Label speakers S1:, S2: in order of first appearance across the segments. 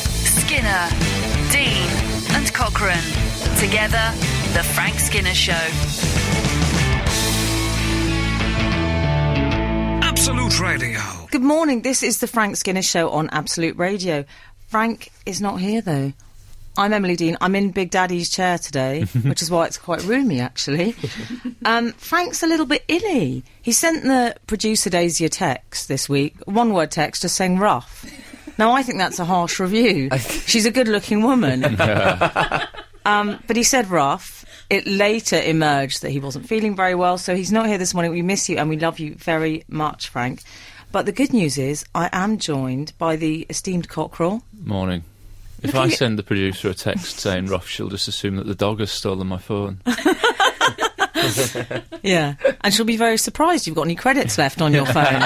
S1: Skinner, Dean, and Cochrane. Together, The Frank Skinner Show.
S2: Absolute Radio.
S3: Good morning. This is the Frank Skinner Show on Absolute Radio. Frank is not here though. I'm Emily Dean. I'm in Big Daddy's chair today, which is why it's quite roomy actually. Um, Frank's a little bit illy. He sent the producer Daisy a text this week, one word text, just saying rough. Now I think that's a harsh review. She's a good-looking woman. Um, but he said rough. It later emerged that he wasn't feeling very well, so he's not here this morning. We miss you and we love you very much, Frank. But the good news is, I am joined by the esteemed cockerel.
S4: Morning. If I send the producer a text saying rough, she'll just assume that the dog has stolen my phone.
S3: Yeah. And she'll be very surprised you've got any credits left on your phone.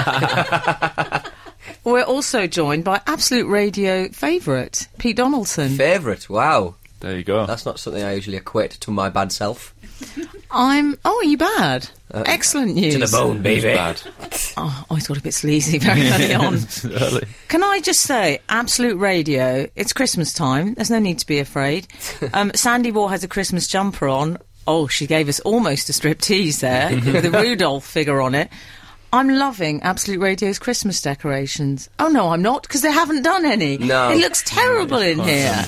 S3: We're also joined by Absolute Radio favourite, Pete Donaldson.
S5: Favourite, wow.
S4: There you go.
S5: That's not something I usually equate to my bad self.
S3: I'm. Oh, are you bad? Excellent news.
S5: baby.
S4: bad.
S3: Oh, I got a bit sleazy very early on.
S4: Early.
S3: Can I just say, Absolute Radio, it's Christmas time. There's no need to be afraid. Um, Sandy War has a Christmas jumper on. Oh, she gave us almost a striptease there with a Rudolph figure on it. I'm loving Absolute Radio's Christmas decorations. Oh, no, I'm not, because they haven't done any.
S5: No.
S3: It looks terrible in here.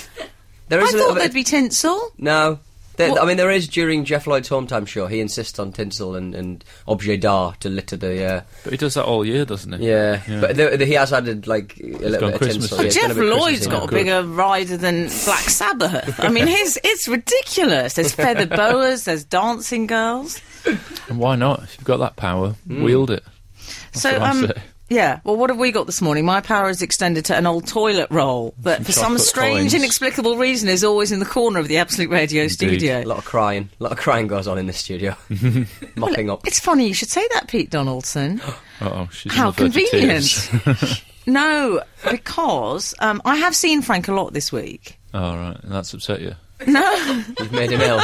S5: There
S3: I
S5: is a little
S3: thought
S5: bit.
S3: there'd be tinsel.
S5: No. There,
S3: What?
S5: I mean, there is during Jeff Lloyd's hometown show. He insists on tinsel and, and objet d'art to litter the. Uh,
S4: But he does that all year, doesn't he?
S5: yeah. but the, the, he has added like a little
S4: gone
S5: bit of
S4: Christmas.
S5: tinsel.
S4: Oh,
S5: Yeah, it's
S3: Jeff
S5: gonna be Christmas
S3: Lloyd's
S5: in
S3: got a
S5: it.
S3: bigger rider than Black Sabbath. I mean, his, it's ridiculous. There's feather boas, there's dancing girls.
S4: And why not? If you've got that power, wield it.
S3: So,
S4: what I
S3: um,
S4: say.
S3: yeah. Well, what have we got this morning? My power is extended to an old toilet roll that, for some
S4: chocolate
S3: strange,
S4: coins.
S3: inexplicable reason, is always in the corner of the Absolute Radio
S5: A
S3: studio.
S5: lot of crying. A lot of crying goes on in this studio. Mopping up.
S3: It's funny you should say that, Pete Donaldson.
S4: Oh, she's
S3: How
S4: on the verge of
S3: convenient.
S4: tears.
S3: no, because um, I have seen Frank a lot this week.
S4: All right, and that's upset you.
S5: You've made him ill.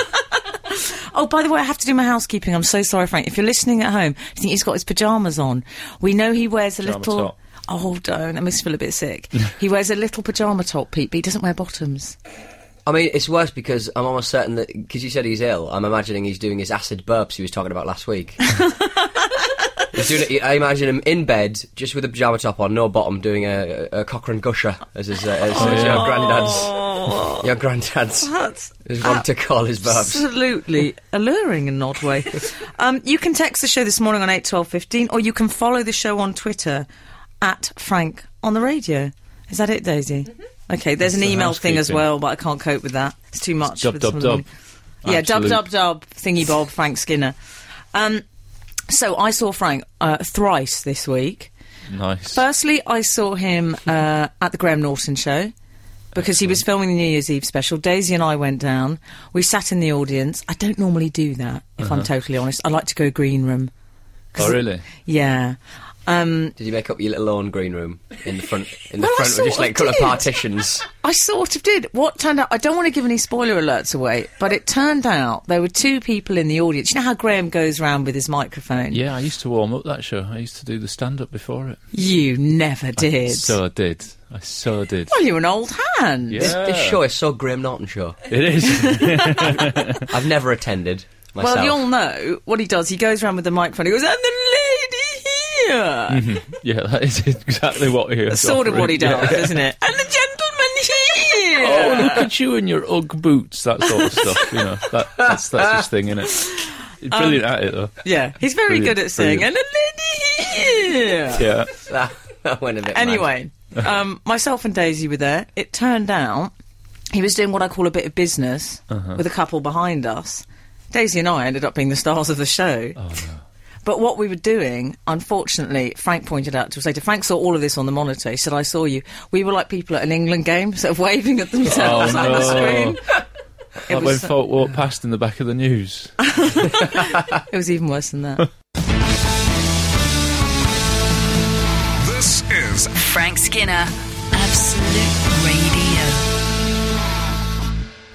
S3: Oh, by the way, I have to do my housekeeping. I'm so sorry, Frank. If you're listening at home, do you think he's got his pajamas on? We know he wears a
S4: Pyjama
S3: little.
S4: top.
S3: Oh, don't. I must feel a bit sick. he wears a little pajama top, Pete, but he doesn't wear bottoms.
S5: I mean, it's worse because I'm almost certain that because you said he's ill. I'm imagining he's doing his acid burps he was talking about last week. he's doing it, I imagine him in bed, just with a pajama top on, no bottom, doing a, a Cochrane gusher as his uh, as, as your granddad's
S3: Oh, uh,
S5: your granddad's
S3: that's
S5: is one to call his burps.
S3: Absolutely alluring in an odd way. um, you can text the show this morning on eight twelve fifteen, or you can follow the show on Twitter at Frank on the radio. Is that it, Daisy? Okay, there's an
S4: the
S3: email thing as
S4: housekeeping.
S3: well, but I can't cope with that. It's too much.
S4: dub,
S3: for
S4: dub,
S3: some of the
S4: dub.
S3: morning. Yeah, dub
S4: Absolute.
S3: dub dub thingy bob Frank Skinner. Um, so I saw Frank uh, thrice this week.
S4: Nice.
S3: Firstly, I saw him uh, at the Graham Norton show because he was filming the New Year's Eve special. Daisy and I went down. We sat in the audience. I don't normally do that, if
S4: Uh-huh.
S3: I'm totally honest. I like to go green room.
S4: oh, really?
S3: Yeah. Um,
S5: Did you make up your little own green room in the front? In the
S3: Well, I
S5: front, with just
S3: sort
S5: like
S3: of
S5: colour
S3: did.
S5: partitions.
S3: I sort of did. What turned out, I don't want to give any spoiler alerts away, but it turned out there were two people in the audience. You know how Graham goes round with his microphone?
S4: Yeah, I used to warm up that show. I used to do the stand up before it.
S3: You never did.
S4: So I did. I so did.
S3: well, you're an old hand.
S4: Yeah.
S5: This, this show is so Graham Norton show.
S4: It is.
S5: I've never attended myself.
S3: Well, you'll know what he does. He goes around with the microphone. He goes, and the lady here.
S4: yeah, that is exactly what he
S3: That's sort of what he
S4: offering.
S3: does, isn't it? And the gentleman here.
S4: Oh, look at you in your Ugg boots, that sort of stuff. You know, that, that's that's his thing, isn't it? He's brilliant at it, though.
S3: Yeah, he's very
S4: Brilliant,
S3: good at saying, and
S4: brilliant.
S3: the lady here.
S4: Yeah,
S5: that, that went a bit. mad.
S3: Anyway, um, myself and Daisy were there. It turned out he was doing what I call a bit of business
S4: Uh-huh.
S3: with a couple behind us. Daisy and I ended up being the stars of the show.
S4: Oh,
S3: But what we were doing, unfortunately, Frank pointed out to us later. Frank saw all of this on the monitor. He said, "I saw you." We were like people at an England game, sort of waving at themselves
S4: Oh,
S3: on the
S4: no.
S3: screen. It
S4: like when
S3: was,
S4: folk walk past in the back of the news.
S3: it was even worse than that.
S2: This is
S1: Frank Skinner, Absolute Radio.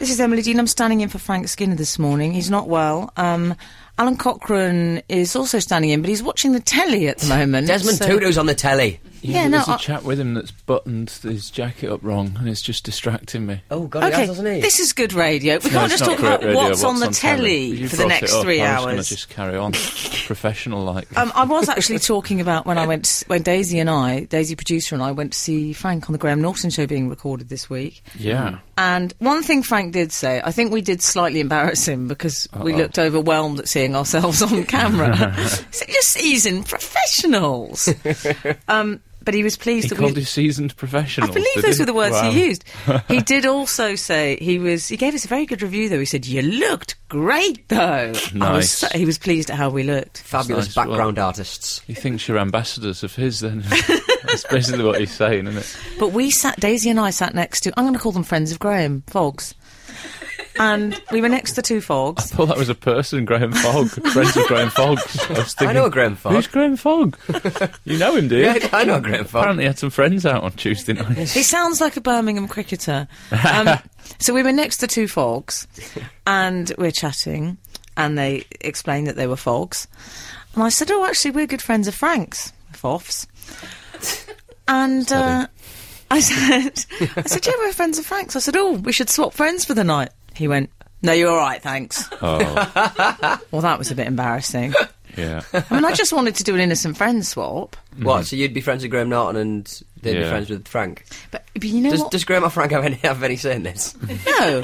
S3: This is Emily Dean. I'm standing in for Frank Skinner this morning. He's not well. Um, Alan Cochrane is also standing in, but he's watching the telly at the moment.
S5: Desmond
S3: so-
S5: Tutu's on the telly.
S4: Yeah,
S3: Yeah,
S4: but
S3: no,
S4: there's a
S3: I-
S4: chap with him that's buttoned his jacket up wrong, and it's just distracting me.
S5: Oh God, he
S3: Okay,
S5: has, doesn't he?
S3: this is good radio. We
S4: No,
S3: can't
S4: it's
S3: just
S4: not
S3: talk
S4: great
S3: about
S4: radio,
S3: what's, on the
S4: telly.
S3: telly
S4: You
S3: for the
S4: brought it
S3: next
S4: up,
S3: three
S4: I was gonna
S3: hours.
S4: just carry on, professional like.
S3: Um, I was actually talking about when I went, to, when Daisy and I, Daisy producer and I, went to see Frank on the Graham Norton show being recorded this week.
S4: yeah.
S3: And one thing Frank did say, I think we did slightly embarrass him because we
S4: Uh-oh.
S3: looked overwhelmed at seeing ourselves on camera. so you're seasoned professionals. um, but he was pleased
S4: He
S3: that we.
S4: called you seasoned professional.
S3: I believe those were the words he used. he did also say he was. He gave us a very good review, though. He said you looked great, though. I was
S4: Nice.
S3: so- he was pleased at how we looked.
S5: Fabulous
S4: Nice, well-
S5: background artists.
S4: He thinks you're ambassadors of his. Then that's basically what he's saying, isn't it?
S3: But we sat. Daisy and I sat next to. I'm going to call them friends of Graham Fogs. And we were next to two fogs.
S4: Thought that was a person, Graham Fogg, friends with Graham Fogg. I was thinking,
S5: I know a Graham Fogg.
S4: Who's Graham Fogg? you know him, do you?
S5: Yeah, I know a Graham Fogg.
S4: Apparently, had some friends out on Tuesday night.
S3: He sounds like a Birmingham cricketer. Um, so we were next to two fogs, and we're chatting, and they explained that they were fogs, and I said, "Oh, actually, we're good friends of Frank's, Foffs," and. Uh, I said, I said, yeah, we're friends of Frank's. I said, oh, we should swap friends for the night. He went, no, you're all right, thanks.
S4: Oh,
S3: Well, that was a bit embarrassing.
S4: yeah.
S3: I mean, I just wanted to do an innocent friend swap,
S5: What? So you'd be friends with Graham Norton and they'd be
S4: Mm-hmm. Yeah.
S5: friends with Frank.
S3: but, but you know
S5: Does,
S3: what?
S5: does Graham or Frank have any have any say in this?
S3: No.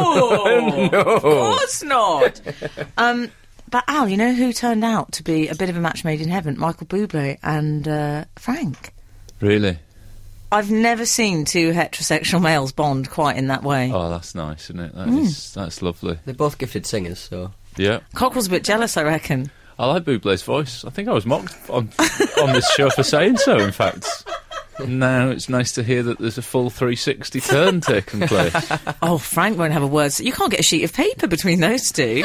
S3: no. Of course not. Um, but Al, you know who turned out to be a bit of a match made in heaven? Michael Bublé and uh, Frank.
S4: Really?
S3: I've never seen two heterosexual males bond quite in that way.
S4: Oh, that's nice, isn't it? That
S5: Hmm.
S4: is, that's lovely.
S5: They're both gifted singers, so
S4: Yeah.
S3: Cockrell's a bit jealous, I reckon.
S4: I like Bublé's voice. I think I was mocked on on this show for saying so. In fact, now it's nice to hear that there's a full 360 turn taking place.
S3: Oh, Frank won't have a word. You can't get a sheet of paper between those two.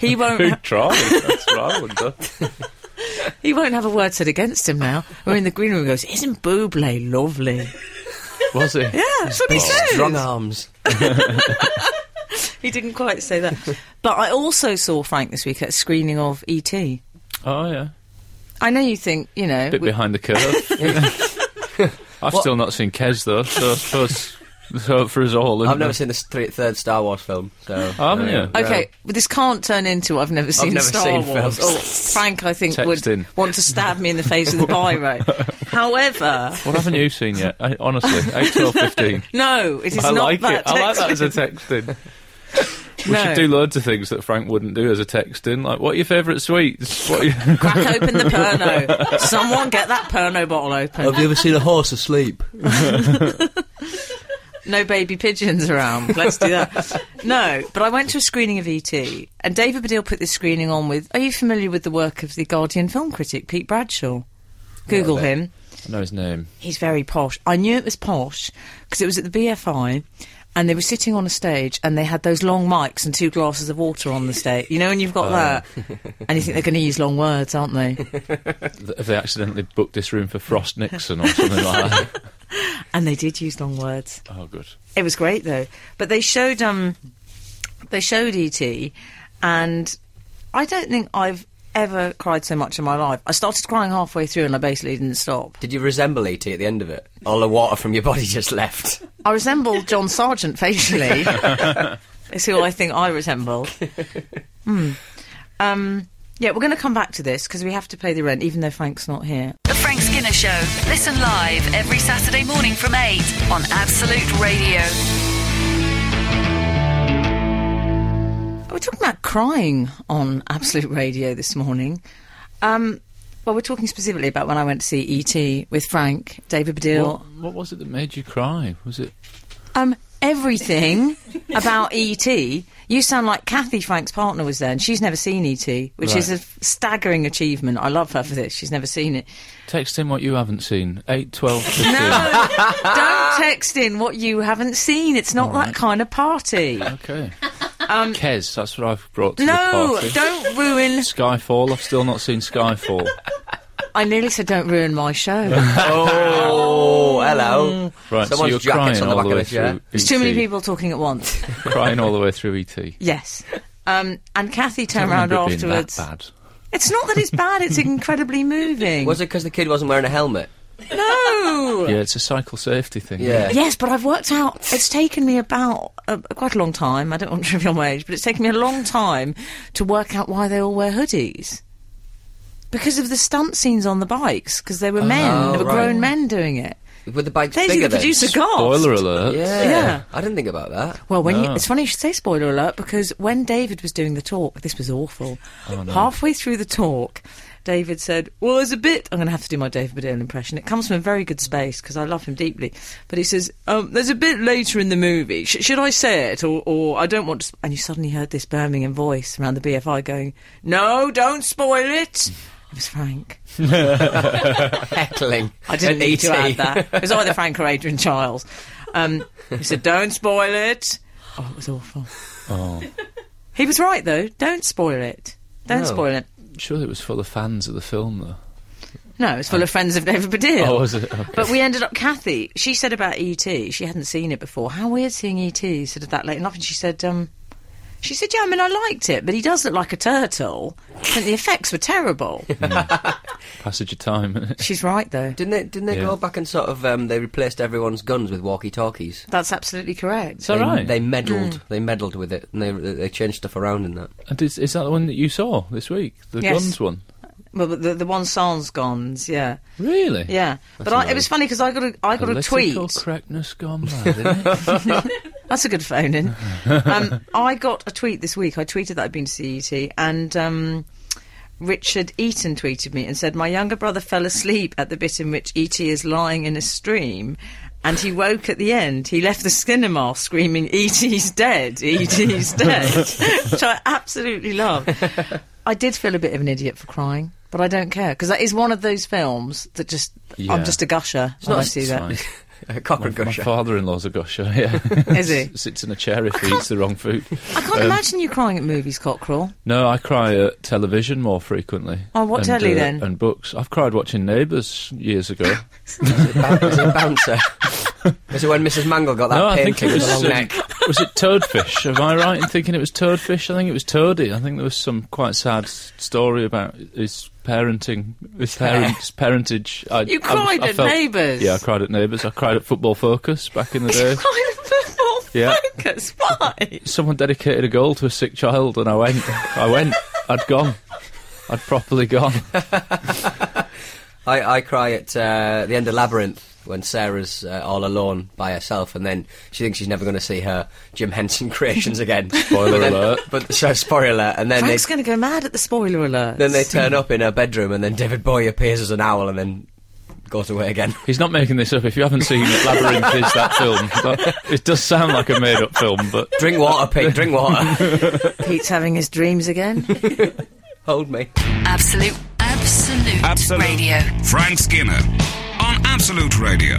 S3: he won't.
S4: Who'd try? That's what I wonder.
S3: He won't have a word said against him now. We're in the green room. and Goes, isn't Bublé lovely? Oh.
S4: Was it?
S3: Yeah, that's what he said.
S5: strong arms.
S3: He didn't quite say that. but I also saw Frank this week at a screening of E.T.
S4: Oh yeah.
S3: I know you think, you know.
S4: bit
S3: we-
S4: behind the curve. I've still not seen Kes though, so I suppose there's hope for us all.
S5: I've
S4: isn't
S5: never
S4: there?
S5: seen the th- third Star Wars film, so
S4: Um, Oh, Haven't
S5: Yeah.
S4: you?
S3: Okay, but this can't turn into I've never seen
S5: never
S3: Star
S5: seen
S3: Wars.
S5: films.
S3: Or Frank, I think,
S4: Texting.
S3: would want to stab me in the face with a biro. However,
S4: What haven't you seen yet? I, honestly, eight, twelve, fifteen.
S3: no, it is
S4: I
S3: not
S4: like
S3: that.
S4: it. I like that
S3: texting.
S4: as a texting. We
S3: No.
S4: should do loads of things that Frank wouldn't do as a texting. Like, what are your favourite sweets? What are you...
S3: Crack open the perno. Someone get that perno bottle open.
S5: Have you ever seen a horse asleep?
S3: No baby pigeons around. Let's do that. No, but I went to a screening of E.T. and David Baddiel put this screening on with. Are you familiar with the work of the Guardian film critic Pete Bradshaw? Google
S5: bit.
S3: him.
S4: I know his name.
S3: He's very posh. I knew it was posh because it was at the BFI and they were sitting on a stage and they had those long mics and two glasses of water on the stage. You know, when you've got that and you think they're going to use long words, aren't they?
S4: Th- Have they accidentally booked this room for Frost Nixon or something like that?
S3: and they did use long words.
S4: Oh, good.
S3: It was great though. But they showed um they showed ET and I don't think I've ever cried so much in my life. I started crying halfway through and I basically didn't stop.
S5: Did you resemble E.T. at the end of it? All the water from your body just left.
S3: I resemble John Sargent facially. It's who I think I resemble. Hmm. Um, yeah, we're going to come back to this because we have to pay the rent, even though Frank's not here.
S1: The Frank Skinner Show. Listen live every Saturday morning from 8 on Absolute Radio.
S3: We're talking about crying on Absolute Radio this morning. Um, well, we're talking specifically about when I went to see E.T. with Frank, David Baddiel.
S4: What, what was it that made you cry? Was it?
S3: Um, everything about E.T. You sound like Kathy, Frank's partner, was there, and she's never seen E.T., which is a
S4: Right.
S3: f- staggering achievement. I love her for this. She's never seen it.
S4: Text him what you haven't seen. 8, 12, 15.
S3: No, don't text in what you haven't seen. It's not
S4: All
S3: that
S4: right.
S3: kind of party.
S4: Okay. Kes, that's what I've brought to the
S3: Um, No,
S4: party.
S3: don't ruin.
S4: Skyfall. I've still not seen Skyfall.
S3: I nearly said don't ruin my show.
S5: Oh, hello.
S4: Right, so
S5: Someone's
S4: you're
S5: jacket's
S4: crying
S5: on the
S4: all
S5: back
S4: the
S5: of
S4: way
S5: the chair.
S4: through.
S3: There's
S4: ET,
S3: too many people talking at once.
S4: crying all the way through E ET.
S3: Yes. Um, and Kathy turned
S4: I
S3: around
S4: remember it being
S3: afterwards.
S4: That bad.
S3: It's not that it's bad, it's incredibly moving.
S5: Was it because the kid wasn't wearing a helmet?
S3: no!
S4: Yeah, it's a cycle safety thing.
S5: Yeah.
S3: Yes, but I've worked out. It's taken me about uh, quite a long time. I don't want to reveal my age, but it's taken me a long time to work out why they all wear hoodies. Because of the stunt scenes on the bikes, because they were men, they were
S5: Oh, right.
S3: grown men doing it.
S5: With the bike
S3: Daisy,
S5: bigger
S3: the
S5: then?
S3: producer, got
S4: Spoiler alert.
S5: Yeah.
S3: Yeah.
S5: I didn't think about that.
S3: Well, when you,
S4: No.
S3: it's funny you should say spoiler alert because when David was doing the talk, this was awful. Halfway through the talk, David said, "Well, there's a bit." I'm going to have to do my David Baddiel impression. It comes from a very good space because I love him deeply. But he says, um, "There's a bit later in the movie. Sh- should I say it, or, or I don't want to?" sp-" And you suddenly heard this Birmingham voice around the BFI going, "No, don't spoil it." It was Frank.
S5: Heckling.
S3: I didn't
S5: At
S3: need to
S5: ET.
S3: add that. It was either Frank or Adrian Childs. Um, he said, "Don't spoil it." Oh, it was awful.
S4: Oh,
S3: He was right though. Don't spoil it. Don't
S5: No.
S3: spoil it.
S4: surely it was full of fans of the film, though.
S3: No, it's full of friends of David Baddiel.
S4: Oh, was it? Okay.
S3: But we ended up. Kathy, she said about ET. She hadn't seen it before. How weird seeing ET sort of that late enough. And she said, um, she said, yeah, I mean, I liked it, but he does look like a turtle. And the effects were terrible.
S4: Passage of time. innit?
S3: She's right though.
S5: Didn't they? Didn't they
S4: Yeah.
S5: go back and sort of? Um, they replaced everyone's guns with walkie-talkies.
S3: That's absolutely correct.
S4: Is that
S5: they,
S4: right?
S5: They meddled. They meddled with it, and they they changed stuff around in that.
S4: And is, is that the one that you saw this week? The
S3: Yes.
S4: guns one?
S3: Well, but the the one sans guns, yeah,
S4: Really?
S3: yeah. but I, it
S5: annoying.
S3: was funny because I got a I got a tweet.
S4: Political correctness gone mad, isn't it?
S3: That's a good phone in. um, I got a tweet this week. I tweeted that I'd been to see ET, and um, Richard Eaton tweeted me and said, My younger brother fell asleep at the bit in which ET is lying in a stream. And he woke at the end. He left the cinema screaming, "E.T.'s dead! E.T.'s dead!" which I absolutely love. I did feel a bit of an idiot for crying, but I don't care because that is one of those films that just—I'm
S4: Yeah.
S3: just a gusher. when I
S5: not-
S3: see
S4: It's
S3: that.
S4: fine.
S5: A cock
S4: My,
S5: and
S4: my
S5: gusher.
S4: father-in-law's a gusher, yeah.
S3: Is he?
S4: Sits in a chair if he eats the wrong food.
S3: I can't imagine you crying at movies, Cockrell.
S4: No, I cry at television more frequently.
S3: Oh, what telly then?
S4: And books. I've cried watching Neighbours years ago.
S5: was it bouncer? Is it when Mrs. Mangle got that
S4: no, I think it
S5: painkiller with
S4: was.
S5: the long
S4: um,
S5: neck?
S4: was it Toadfish? Am I right in thinking it was Toadfish? I think it was Toadie. I think there was some quite sad s- story about his parenting, his parents, parentage. I,
S3: You
S4: I was-
S3: cried
S4: I
S3: at
S4: felt-
S3: Neighbours?
S4: Yeah, I cried at Neighbours. I cried at Football Focus back in the day.
S3: Kind of football
S4: Yeah.
S3: focus. Why?
S4: Someone dedicated a goal to a sick child, and I went. I went. I'd gone. I'd properly gone.
S5: I, I cry at uh, the end of Labyrinth when Sarah's uh, all alone by herself, and then she thinks she's never going to see her Jim Henson creations again.
S4: Spoiler
S5: But then-
S4: alert.
S5: But so spoiler alert, and then they
S3: Frank's going to go mad at the spoiler alert.
S5: then they turn up in her bedroom, and then David Bowie appears as an owl, and then goes away again.
S4: He's not making this up. If you haven't seen it, Labyrinth is that film. But It does sound like a made-up film, but
S5: drink water, pig. Drink water.
S3: Pete's having his dreams again.
S5: Hold me.
S1: Absolute, absolute,
S2: Absolute.
S1: radio.
S2: Frank Skinner on Absolute Radio.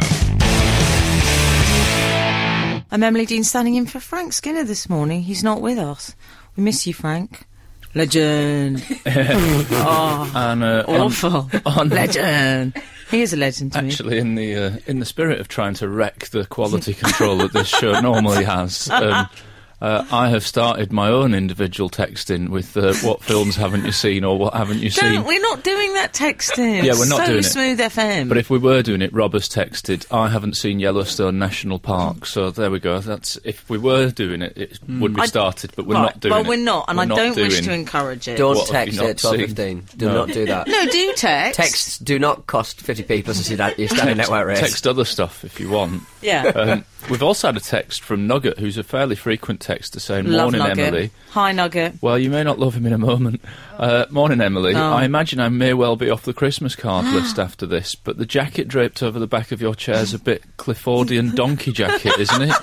S3: I'm Emily Dean standing in for Frank Skinner this morning. He's not with us. We miss you, Frank. Legend. Oh,
S4: and uh, on-
S3: Awful. legend. He is a legend to
S4: Actually, in the uh, in the spirit of trying to wreck the quality control that this show normally has, um, uh, I have started my own individual texting with uh, what films haven't you seen or what haven't you
S3: me. Don't,
S4: seen.
S3: we're not doing that texting.
S4: Yeah, we're not
S3: so
S4: doing it.
S3: smooth FM.
S4: But if we were doing it, Rob has texted, "I haven't seen Yellowstone National Park." So there we go. That's if we were doing it, it would be
S3: Mm. I-
S4: started, but we're
S3: Right,
S4: not doing
S3: well,
S4: it.
S3: we're not, and
S4: We're
S3: I don't wish
S4: doing-
S3: to encourage it.
S5: Don't
S4: What have
S5: text
S4: you not
S5: at twelve fifteen. Do
S4: No.
S5: not do that.
S3: No, do text.
S5: Texts do not cost fifty p plus your your standard network rate.
S4: Text other stuff if you want.
S3: Yeah.
S4: Um, we've also had a text from Nugget, who's a fairly frequent texter, saying,
S3: Love
S4: "Morning,
S3: Nugget.
S4: Emily."
S3: Hi, Nugget.
S4: Well, you may not love him in a moment. Uh, morning, Emily. I imagine I may well be off the Christmas card list after this, but the jacket draped over the back of your chair's a bit Cliffordian donkey jacket, isn't it?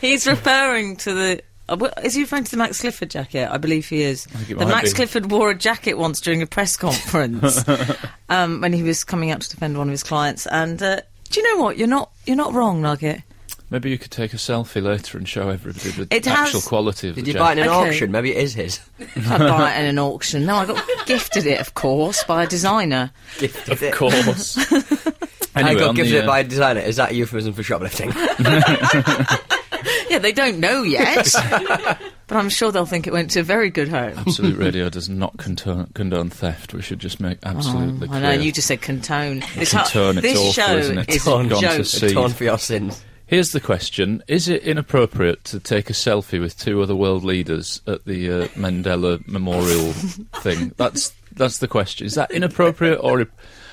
S3: He's referring to the. uh, wh- Is he referring to the Max Clifford jacket? I believe he is.
S4: think it
S3: The
S4: might
S3: Max
S4: be.
S3: Clifford wore a jacket once during a press conference um, when he was coming out to defend one of his clients. And uh, do you know what? You're not you're not wrong, Nugget.
S4: Maybe you could take a selfie later and show everybody the
S3: It has-
S4: actual quality of
S5: Did
S4: the
S5: you buy it
S4: jacket.
S5: in an
S3: Okay.
S5: auction? Maybe it is his.
S3: I buy it in an auction. No, I got gifted it, of course, by a designer.
S5: Gifted
S4: Of
S5: it.
S4: course. anyway,
S5: I got
S4: on
S5: gifted
S4: the,
S5: it
S4: uh,
S5: by a designer. Is that a euphemism for shoplifting?
S3: Yeah, they don't know yet, but I'm sure they'll think it went to a very good home.
S4: Absolute Radio does not condone, condone theft. We should just make absolutely
S3: I
S4: clear.
S3: know you just said contone. This, ho-
S4: Contone, it's
S3: this
S4: awful,
S3: show
S4: isn't it?
S3: is
S4: Gone
S3: a
S4: to
S3: joke.
S4: sea.
S5: It's
S4: Steve.
S5: torn for your sins.
S4: Here's the question: Is it inappropriate to take a selfie with two other world leaders at the uh, Mandela Memorial thing? That's that's the question. Is that inappropriate or?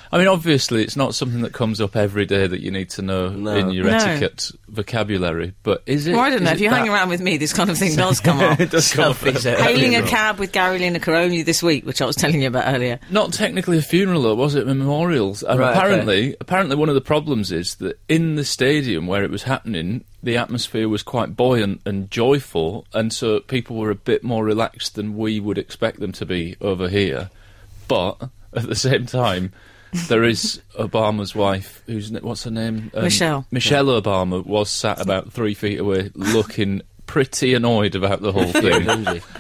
S4: I mean, obviously, it's not something that comes up every day that you need to know
S5: No.
S4: in your
S3: No.
S4: etiquette vocabulary. But is it?
S3: Well, I don't
S4: is
S3: know.
S4: it
S3: If you hang uh,
S4: that-
S3: around with me, this kind of thing does come up.
S4: it does come up.
S5: Selfies at
S3: Hailing a
S5: funerals.
S3: cab with Gary Lineker only this week, which I was telling you about earlier.
S4: Not technically a funeral, though, was it? Memorials. And
S5: Right, okay.
S4: apparently, apparently, one of the problems is that in the stadium where it was happening, the atmosphere was quite buoyant and joyful, and so people were a bit more relaxed than we would expect them to be over here. But at the same time, there is Obama's wife, who's n- what's her name? Um,
S3: Michelle.
S4: Michelle Obama was sat about three feet away, looking pretty annoyed about the whole thing.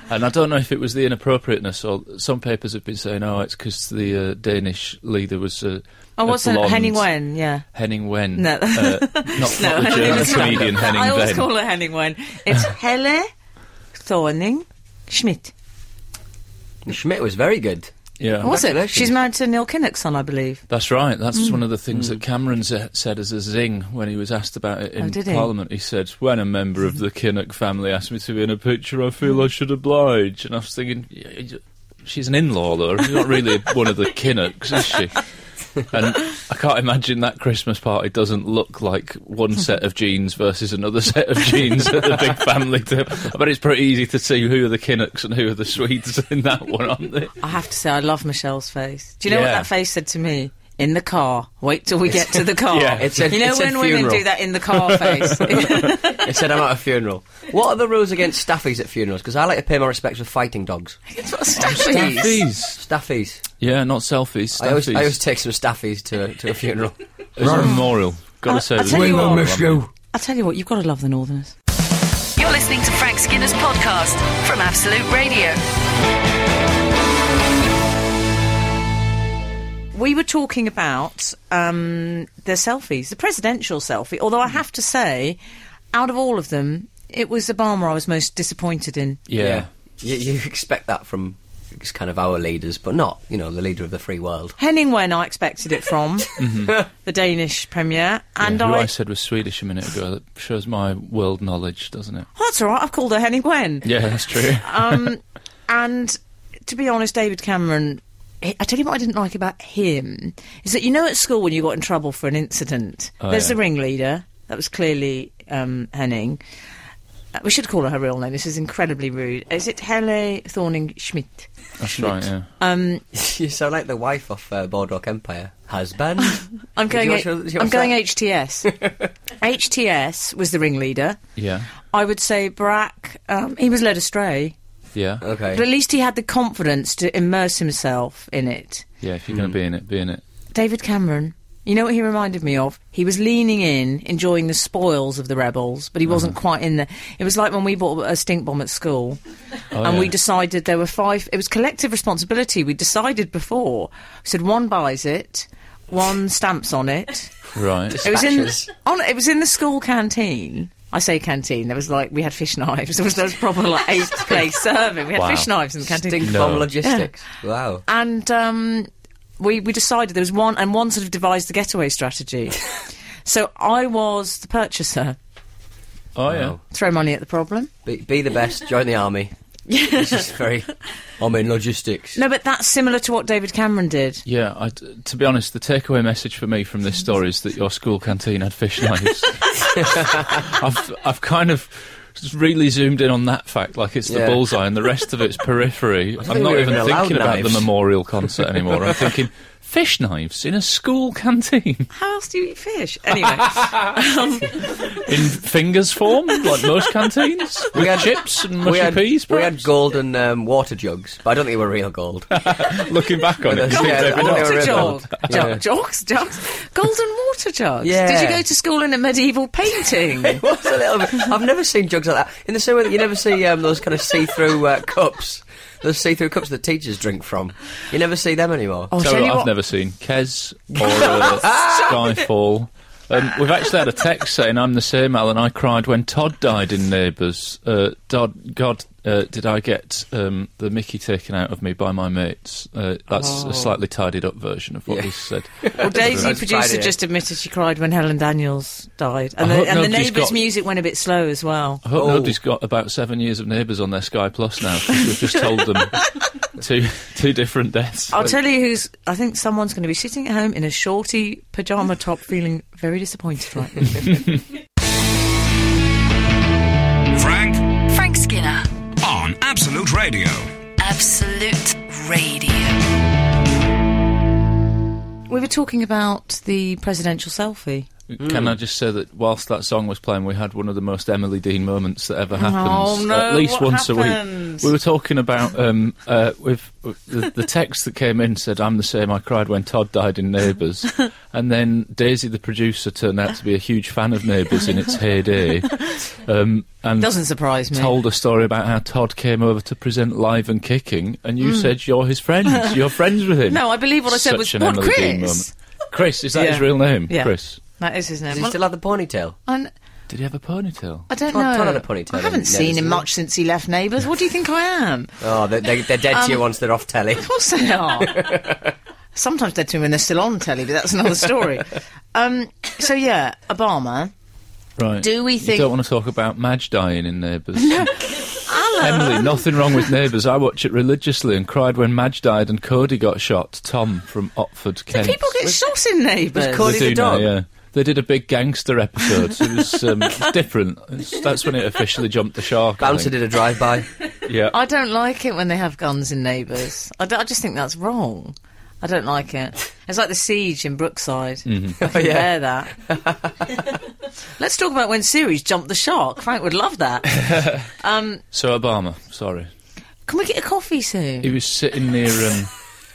S4: and I don't know if it was the inappropriateness or some papers have been saying, oh, it's because the uh, Danish leader was. Uh,
S3: Oh,
S4: a
S3: what's her
S4: blonde.
S3: Henning Wen? Yeah.
S4: Henning Wen.
S3: No.
S4: Uh, not, not
S3: No,
S4: the German
S3: it's not.
S4: comedian Henning
S3: I always
S4: Wen.
S3: call her Henning Wen. It's Helle Thorning Schmidt.
S5: Schmidt was very good.
S4: Yeah.
S3: Was it?
S5: Congratulations.
S3: She's married to Neil Kinnock's son, I believe.
S4: That's right. That's
S3: Mm.
S4: one of the things that Cameron z- said as a zing when he was asked about it in
S3: Oh, did he?
S4: Parliament. He said, "When a member of the Kinnock family asked me to be in a picture, I feel I should oblige." And I was thinking, "Y- y- "She's an in-law, though. She's not really one of the Kinnocks, is she?" And I can't imagine that Christmas party doesn't look like one set of jeans versus another set of jeans at the big family table. I bet it's pretty easy to see who are the Kinnocks and who are the Swedes in that one, aren't they?
S3: I have to say, I love Michelle's face. Do you know what
S4: Yeah.
S3: that face said to me? In the car. Wait till we get to the car.
S4: Yeah.
S5: It said-
S3: you know
S5: it said
S3: when women
S5: funeral.
S3: do that in the car face?
S5: It said I'm at a funeral. What are the rules against staffies at funerals? Because I like to pay my respects with fighting dogs.
S3: it's what staffies.
S4: Staffies.
S5: Staffies.
S4: Yeah, not selfies.
S5: I always,
S4: staffies.
S5: I always take some staffies to, to a funeral.
S4: It's a memorial. Gotta
S3: I'll-
S4: say
S3: I'll
S4: that.
S3: tell you We will what. miss
S5: you.
S3: I'll tell you what, you've got to love the Northerners.
S1: You're listening to Frank Skinner's podcast from Absolute Radio.
S3: We were talking about um, the selfies, the presidential selfie. Although I have to say, out of all of them, it was Obama I was most disappointed in.
S4: Yeah.
S5: You, you expect that from just kind of our leaders, but not, you know, the leader of the free world.
S3: Henning Wen, I expected it from the Danish premier, and
S4: Who
S3: I.
S4: I said was Swedish a minute ago. That shows my world knowledge, doesn't it?
S3: Oh, that's all right. I've called her Henning Wen.
S4: Yeah, that's true.
S3: Um, and to be honest, David Cameron. I I tell you what I didn't like about him is that you know at school when you got in trouble for an incident,
S4: Oh,
S3: there's the
S4: yeah.
S3: ringleader. That was clearly um, Henning. Uh, we should call her her real name. This is incredibly rude. Is it Helle Thorning Schmidt?
S4: That's right. Yeah.
S3: Um,
S5: you sound like the wife of uh, Boardwalk Empire. Husband?
S3: I'm
S5: Did
S3: going.
S5: you
S3: i
S5: watch- did you
S3: I'm
S5: watch
S3: going
S5: that?
S3: HTS. HTS was the ringleader.
S4: Yeah.
S3: I would say Brack. Um, he was led astray,
S4: Yeah.
S5: Okay.
S3: but at least he had the confidence to immerse himself in it.
S4: Yeah. If you're gonna be in it, be in it.
S3: David Cameron. You know what he reminded me of? He was leaning in, enjoying the spoils of the rebels, but he wasn't
S4: Mm.
S3: quite in there. It was like when we bought a stink bomb at school, and
S4: Oh, yeah.
S3: we decided there were five. It was collective responsibility. We decided before. We said one buys it, one stamps on it.
S4: Right.
S3: It was in
S5: Dispatches.
S3: on. It was in the school canteen. I say canteen. There was like we had fish knives. There was, there was proper like eighth place serving. We had
S4: Wow.
S3: fish knives in the canteen.
S5: Stink
S4: No.
S5: bomb logistics. Wow.
S3: and um, we we decided there was one, and one sort of devised the getaway strategy. so I was the purchaser.
S4: Oh yeah.
S5: Wow.
S3: Throw money at the problem.
S5: Be, be the best. Join the army. This is very. I'm in logistics.
S3: No, but that's similar to what David Cameron did.
S4: Yeah. I t to be honest, the takeaway message for me from this story is that your school canteen had fish knives. I've I've kind of. just Really zoomed in on that fact, like it's the
S5: Yeah.
S4: bullseye, and the rest of it's periphery. I'm
S5: we
S4: not
S5: were
S4: even
S5: even allowed
S4: thinking about the
S5: knives.
S4: memorial concert anymore. I'm thinking fish knives in a school canteen.
S3: How else do you eat fish? Anyway,
S4: in fingers form, like most canteens. We
S5: had-
S4: chips and mushy
S5: We had,
S4: peas.
S5: we had
S4: perhaps?
S5: golden um, water jugs, but I don't think they were real gold.
S4: Looking back on it,
S5: Yeah,
S4: you
S5: yeah,
S4: think they'd be
S5: I
S3: water
S4: nice.
S5: don't know.
S3: jug, jug,
S5: Yeah.
S3: jugs, jugs, golden water jugs.
S5: Yeah.
S3: Did you go to school in a medieval painting?
S5: It was a little bit. I've never seen jugs like that. In the same way that you never see um, those kind of see-through uh, cups, those see-through cups that teachers drink from. You never see them anymore.
S3: Oh,
S4: Tell
S3: tell
S4: you
S3: you
S4: what I've
S3: what-
S4: never seen Kes or uh, Skyfall Um, we've actually had a text saying, I'm the same, Alan. I cried when Todd died in Neighbours. Uh, Todd, God, uh, did I get um, the Mickey taken out of me by my mates? Uh, that's
S5: Oh.
S4: a slightly tidied up version of what he said.
S3: Well, Daisy,
S5: That's
S3: producer,
S5: Friday.
S3: just admitted she cried when Helen Daniels died, and the,
S4: I hope
S3: and the
S4: nobody's
S3: neighbours'
S4: got-
S3: music went a bit slow as well.
S4: I hope
S5: Oh.
S4: nobody's got about seven years of Neighbours on their Sky Plus now, 'cause we've just told them two, two different deaths.
S3: I'll tell you who's. I think someone's going to be sitting at home in a shorty pajama top, feeling very disappointed right now.
S2: Frank
S1: Frank Skinner,
S2: on Absolute Radio.
S1: Absolute Radio.
S3: we were talking about the presidential selfie. Hmm.
S4: Can I just say that whilst that song was playing, we had one of the most Emily Dean moments that ever happens.
S3: Oh, no,
S4: at least
S3: what
S4: once a
S3: happened?
S4: week. We were talking about um, uh, with the, the text that came in said, "I'm the same. I cried when Todd died in Neighbours," and then Daisy, the producer, turned out to be a huge fan of Neighbours in its heyday, um, and
S3: Doesn't surprise me.
S4: told a story about how Todd came over to present live and kicking, and you said you're his friend. You're friends with him.
S3: Hmm. No, I believe what I said
S4: Such
S3: was,
S4: an
S3: "What,
S4: Emily Dean
S3: Chris?"
S4: moment. Chris, is that
S3: Yeah.
S4: his real name?
S3: Yeah.
S4: Chris.
S3: that is his
S5: Does
S3: name.
S5: he
S3: Well,
S5: still have the ponytail?
S3: I'm-
S4: Did he have a ponytail?
S3: I don't
S5: Todd-
S3: know.
S5: Todd had a ponytail
S3: I haven't
S5: in
S3: seen
S5: Neighbours,
S3: him
S5: isn't
S3: much since he left Neighbours. What do you think I am?
S5: Oh, they're, they're, they're dead to you once they're off telly.
S3: Of course they are. Sometimes they're too when they're still on telly, but that's another story. Um, so yeah, Obama.
S4: Right.
S3: Do we
S4: You
S3: think-
S4: don't want to talk about Madge dying in Neighbours. Emily, nothing wrong with Neighbours. I watch it religiously and cried when Madge died and Cody got shot. Tom from Otford, Kent.
S3: People get shot in Neighbours.
S5: Cody-
S4: they do
S5: the
S4: now,
S5: dog?
S4: yeah. They did a big gangster episode. so It was um, different. It's- That's when it officially jumped the shark. I
S5: Bouncer
S4: think.
S5: did a drive by.
S4: Yeah.
S3: I don't like it when they have guns in neighbours. I, d- I just think that's wrong. I don't like it. It's like the siege in Brookside. I can
S5: yeah.
S3: bear that. Let's talk about when Series jumped the shark. Frank would love that.
S4: So Obama, sorry.
S3: Can we get a coffee soon?
S4: He was sitting near um,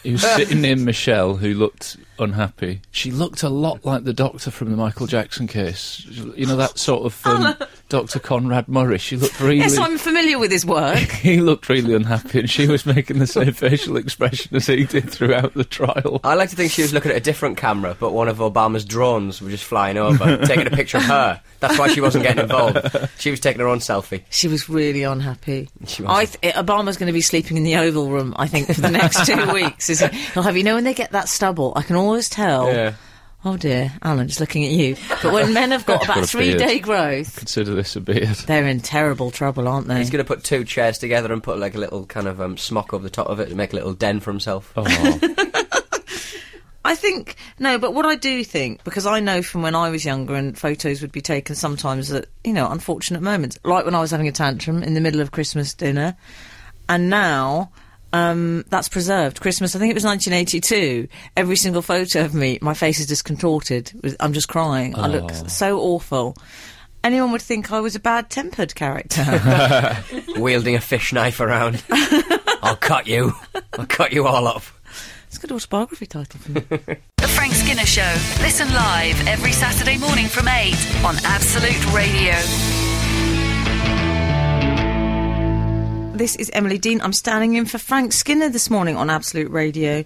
S4: he was sitting near Michelle, who looked unhappy. She looked a lot like the doctor from the Michael Jackson case. You know that sort of um, Dr. Conrad Murray. She looked really.
S3: yes, I'm familiar with his work.
S4: he looked really unhappy, and she was making the same facial expression as he did throughout the trial.
S5: I like to think she was looking at a different camera, but one of Obama's drones was just flying over, taking a picture of her. That's why she wasn't getting involved. She was taking her own selfie.
S3: She was really unhappy.
S5: She
S3: I
S5: was.
S3: th- Obama's going to be sleeping in the Oval Room, I think, for the next two weeks. Is it? He'll have you know when they get that stubble. I can always tell.
S5: Yeah.
S3: Oh dear, Alan, just looking at you. But when men have got about
S4: Got a
S3: three
S4: beard.
S3: day growth,
S4: Consider this a beard.
S3: they're in terrible trouble, aren't they?
S5: He's going to put two chairs together and put like a little kind of um, smock over the top of it to make a little den for himself.
S4: Oh,
S3: I think no, but what I do think, because I know from when I was younger, and photos would be taken sometimes at you know unfortunate moments, like when I was having a tantrum in the middle of Christmas dinner, and now. Um, that's preserved. Christmas, I think it was 1982. Every single photo of me, my face is just contorted. with- I'm just crying. I look
S4: Oh.
S3: so awful. Anyone would think I was a bad-tempered character.
S5: Wielding a fish knife around. I'll cut you. I'll cut you all up.
S3: it's a good autobiography title for me.
S1: The Frank Skinner Show. Listen live every Saturday morning from 8 on Absolute Radio.
S3: This is Emily Dean. I'm standing in for Frank Skinner this morning on Absolute Radio.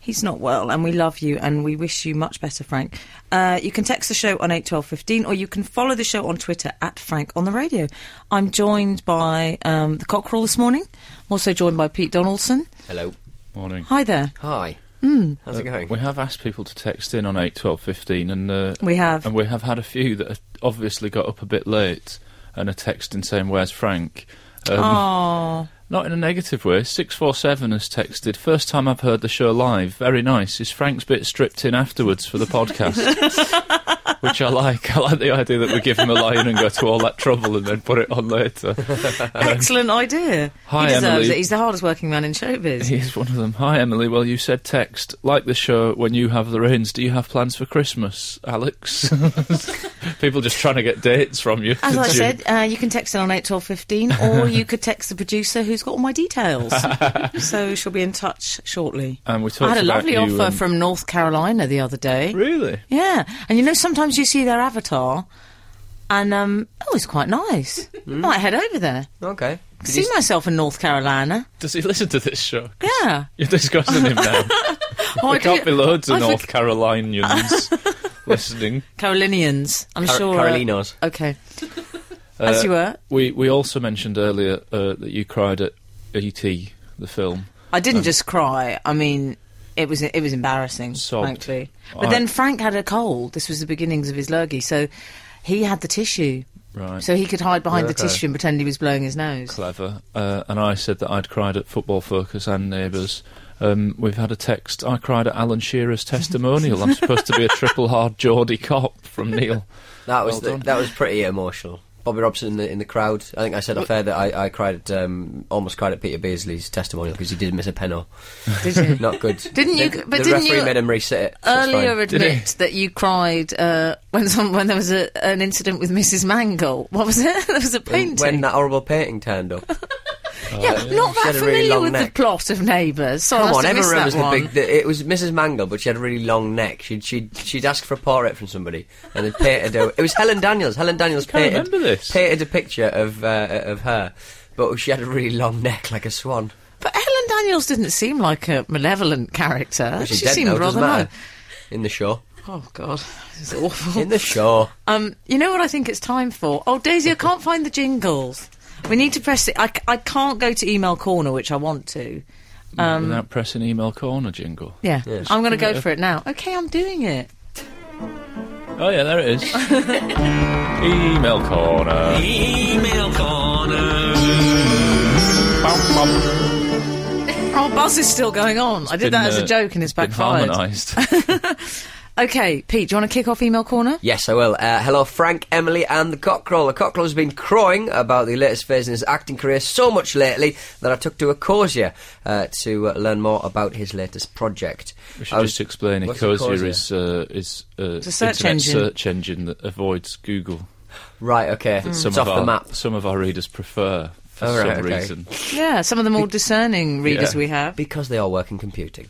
S3: He's not well, and we love you, and we wish you much better, Frank. Uh, you can text the show on eight twelve fifteen, or you can follow the show on Twitter at Frank on the Radio. I'm joined by um, the Cockerel this morning. I'm also joined by Pete Donaldson.
S5: Hello.
S4: morning.
S3: Hi there.
S5: Hi. How's it going?
S4: We have asked people to text in on eight twelve fifteen, and uh,
S3: We have.
S4: and we have had a few that have obviously got up a bit late and are texting saying, "Where's Frank?" Um,
S3: Oh,
S4: not in a negative way. Six four seven has texted. First time I've heard the show live. Very nice. Is Frank's bit stripped in afterwards for the podcast? Which I like. I like the idea that we give him a line and go to all that trouble and then put it on later.
S3: excellent idea.
S4: Hi,
S3: he deserves
S4: Emily.
S3: it. He's the hardest working man in showbiz.
S4: Here's one of them. Hi, Emily. Well, you said text. Like the show, when you have the reins, do you have plans for Christmas, Alex? People just trying to get dates from you.
S3: As I
S4: June.
S3: said, uh, you can text in on eight twelve fifteen, or you could text the producer who's got all my details. so she'll be in touch shortly.
S4: And we talked
S3: I had a
S4: about
S3: lovely
S4: you
S3: offer
S4: and-
S3: from North Carolina the other day.
S4: Really?
S3: Yeah, and you know sometimes you see their avatar, and um, oh, it's quite nice.
S4: Hmm?
S3: Might head over there.
S5: Okay. Did
S3: see
S5: you,
S3: myself in North Carolina.
S4: Does he listen to this show?
S3: Yeah,
S4: You're discussing him now.
S3: Oh, I
S4: there can't
S3: did-
S4: be loads of
S3: I
S4: North
S3: forg-
S4: Carolinians listening.
S3: Carolinians, I'm
S5: Car-
S3: sure. uh,
S5: Carolinos.
S3: Okay.
S4: Uh,
S3: As you were.
S4: We we also mentioned earlier uh, that you cried at E.T. the film.
S3: I
S5: Um,
S3: didn't just cry. I mean, it was it was embarrassing,
S4: Sobbed.
S3: frankly. But
S4: I-
S3: then Frank had a cold. This was the beginnings of his lurgy, so he had the tissue,
S4: Right.
S3: so he could hide behind
S4: Yeah,
S3: the
S4: okay.
S3: tissue and pretend he was blowing his nose.
S4: clever. Uh, and I said that I'd cried at Football Focus and Neighbours. Um, we've had a text. I cried at Alan Shearer's testimonial. I'm supposed to be a triple hard Geordie cop from Neil.
S5: That was
S4: Well
S5: the,
S4: done.
S5: that was pretty emotional. Bobby Robson in the in the crowd. I think I said off air that I, I cried at, um, almost cried at Peter Beasley's testimonial because he did miss a penalty.
S3: Did you?
S5: Not good.
S3: Didn't you-
S5: The,
S3: but
S5: the
S3: didn't
S5: referee
S3: you-
S5: made him reset it. so it's
S3: Earlier
S5: fine.
S3: admit that you cried uh, when some, when there was a, an incident with Mrs Mangle. What was it? there was a
S5: When-
S3: painting.
S5: when that horrible painting turned up.
S3: yeah, not
S5: She
S3: that
S5: had a really
S3: familiar
S5: long
S3: with
S5: neck.
S3: the plot of Neighbours. So
S5: Come
S3: I
S5: on,
S3: must have
S5: everyone
S3: missed
S5: remembers
S3: that
S5: the
S3: one.
S5: big. The, it was Mrs. Mangle, but she had a really long neck. She'd she'd she'd ask for a portrait from somebody, and they painted her. It was Helen Daniels. Helen Daniels
S4: can't
S5: painted
S4: remember this.
S5: painted a picture of uh, of her, but she had a really long neck like a swan.
S3: But Helen Daniels didn't seem like a malevolent character.
S5: Well, she's
S3: she
S5: dead
S3: seemed
S5: now, it
S3: rather
S5: doesn't
S3: nice.
S5: matter. In the show,
S3: Oh God, it's awful.
S5: in the show.
S3: Um, you know what I think it's time for? Oh, Daisy, I can't find the jingles. We need to press it. I, c- I can't go to email corner, which I want to.
S4: without pressing email corner jingle.
S3: Um, Yeah,
S5: Yes.
S3: I'm going to go for it now. Okay, I'm doing it.
S4: Oh yeah, there it is. email corner.
S6: Email corner.
S3: Oh, Buzz is still going on. I did
S4: Been,
S3: that as
S4: uh,
S3: a joke and it's
S4: been
S3: backfired.
S4: harmonised.
S3: Okay, Pete, do you want to kick off email corner?
S5: Yes, I will. Uh, hello, Frank, Emily, and the Cockerel. The Cockerel has been crowing about the latest phase in his acting career so much lately that I took to Ecosia uh, to uh, learn more about his latest project. Oh,
S4: We
S5: I
S4: should
S5: was-
S4: just explain.
S5: What's
S4: Ecosia is uh, is uh,
S3: a search
S4: internet
S3: engine.
S4: search engine that avoids Google.
S5: Right, okay.
S4: Some
S5: It's
S4: of
S5: off
S4: our,
S5: the map.
S4: Some of our readers prefer for
S5: Oh, right,
S4: some
S5: okay.
S4: reason.
S3: Yeah, some of the more discerning readers
S4: Yeah.
S3: we have.
S5: Because they all work in computing.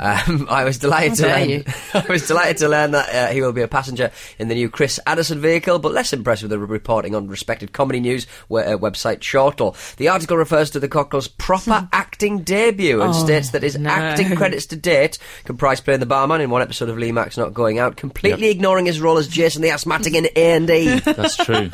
S5: Um, I was delighted to
S3: Mm. How dare
S5: learn,
S3: you.
S5: I was delighted to learn that uh, he will be a passenger in the new Chris Addison vehicle, but less impressed with the reporting on respected comedy news we- uh, website Shortle. The article refers to the Cockerel's proper acting debut and
S3: Oh,
S5: states that his
S3: no.
S5: acting credits to date comprise playing the barman in one episode of Lee Mack's Not Going Out, completely ignoring his role as Jason the Asthmatic in E. A&E.
S4: That's true.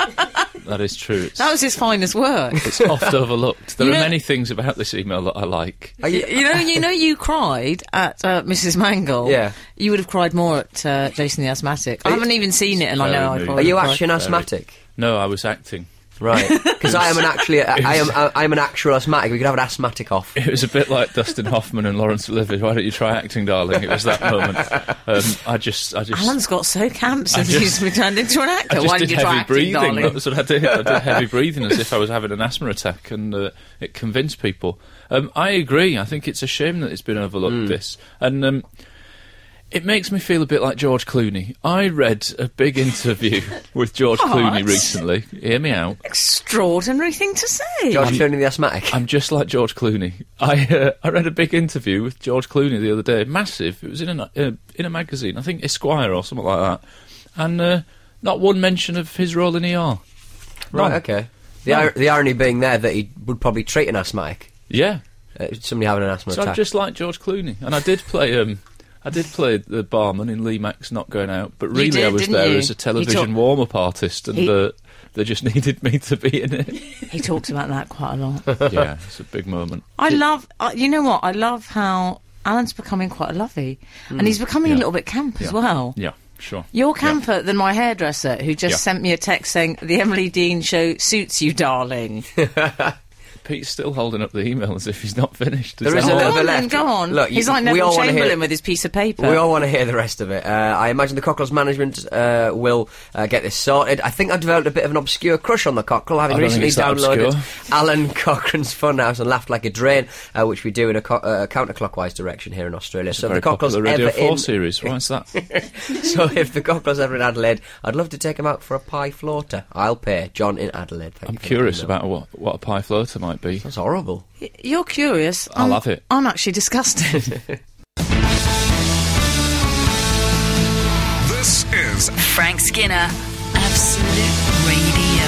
S4: that is true. It's,
S3: That was his finest work.
S4: it's oft overlooked. There
S3: You
S4: are
S3: know-
S4: many things about this email that I like.
S5: Are you-
S3: you know, you know, you cried at uh, Mrs. Mangle.
S5: Yeah.
S3: you would have cried more at uh, Jason the Asthmatic. I haven't even seen it, and I
S4: Very
S3: know I
S4: moving.
S3: cried.
S5: Are you
S3: I cried.
S5: actually an asthmatic?
S4: No, I was acting.
S5: Right, because I am an actually, I am, I am an actual asthmatic. We could have an asthmatic off.
S4: It was a bit like Dustin Hoffman and Lawrence Olivier. Why don't you try acting, darling? It was that moment. Um, I just, I just,
S3: Alan's got so camp since
S4: just-
S3: he's been turned into an
S4: I
S3: actor.
S4: just
S3: Why
S4: did
S3: did you
S4: heavy
S3: try acting,
S4: breathing.
S3: darling?
S4: That's what I did. I did heavy breathing as if I was having an asthma attack, and uh, it convinced people. Um, I agree. I think it's a shame that it's been overlooked. This and. Um, it makes me feel a bit like George Clooney. I read a big interview with George Clooney recently. Hear me out.
S3: Extraordinary thing to say.
S5: George Clooney the asthmatic.
S4: I'm just like George Clooney. I uh, I read a big interview with George Clooney the other day. Massive. It was in a uh, in a magazine. I think Esquire or something like that. And uh, not one mention of his role in ER.
S5: right,
S4: None.
S5: okay. The, ir- the irony being there that he would probably treat an asthmatic.
S4: Yeah.
S5: Uh, somebody having an asthma
S4: So I'm
S5: attack.
S4: just like George Clooney. And I did play um I did play the barman in Lee Mack's Not Going Out, but really
S3: did,
S4: I was
S3: didn't
S4: there
S3: you?
S4: as
S3: You
S4: a television
S3: talk-
S4: warm up artist and
S3: He-
S4: uh, they just needed me to be in it.
S3: He talks about that quite a lot.
S4: yeah, it's a big moment.
S3: I love. Uh, you know what? I love how Alan's becoming quite a lovey, and he's becoming a
S4: Mm. Yeah.
S3: little bit camp as
S4: Yeah.
S3: well.
S4: Yeah, sure.
S3: You're camper than my hairdresser, who just
S4: Yeah.
S3: sent me a text saying the Emily Dean show suits you, darling.
S4: Pete's still holding up the email as if he's not finished.
S5: There
S4: that
S5: is a
S4: all?
S5: little
S3: Go on,
S5: bit
S3: then,
S5: left.
S3: go on.
S5: Look,
S3: He's
S5: you-
S3: like
S5: we
S3: Neville
S5: all wanna hear
S3: Chamberlain
S5: it.
S3: with his piece of paper.
S4: uh,
S5: we all want to hear the rest of it. Uh, I imagine the Cockerel's management uh, will uh, get this sorted. I think I've developed a bit of an obscure crush on the Cockerel, having
S4: I don't think
S5: recently
S4: it's that
S5: downloaded
S4: obscure.
S5: Alan Cochrane's Funhouse and laughed like a drain, uh, which we do in a co- uh, counterclockwise direction here in Australia. so if
S4: Very
S5: the Cockerel's
S4: popular Radio
S5: ever
S4: 4
S5: in,
S4: series. Why is that?
S5: so if the Cockerel's ever in Adelaide, I'd love to take him out for a pie floater. I'll pay. John in Adelaide. Thank
S4: I'm
S5: you for
S4: curious
S5: that.
S4: about what, what a pie floater might be.
S5: That's horrible.
S3: You're curious.
S4: I'll
S3: I'm-
S4: have it.
S3: I'm actually disgusted.
S2: This is
S1: Frank Skinner, Absolute Radio.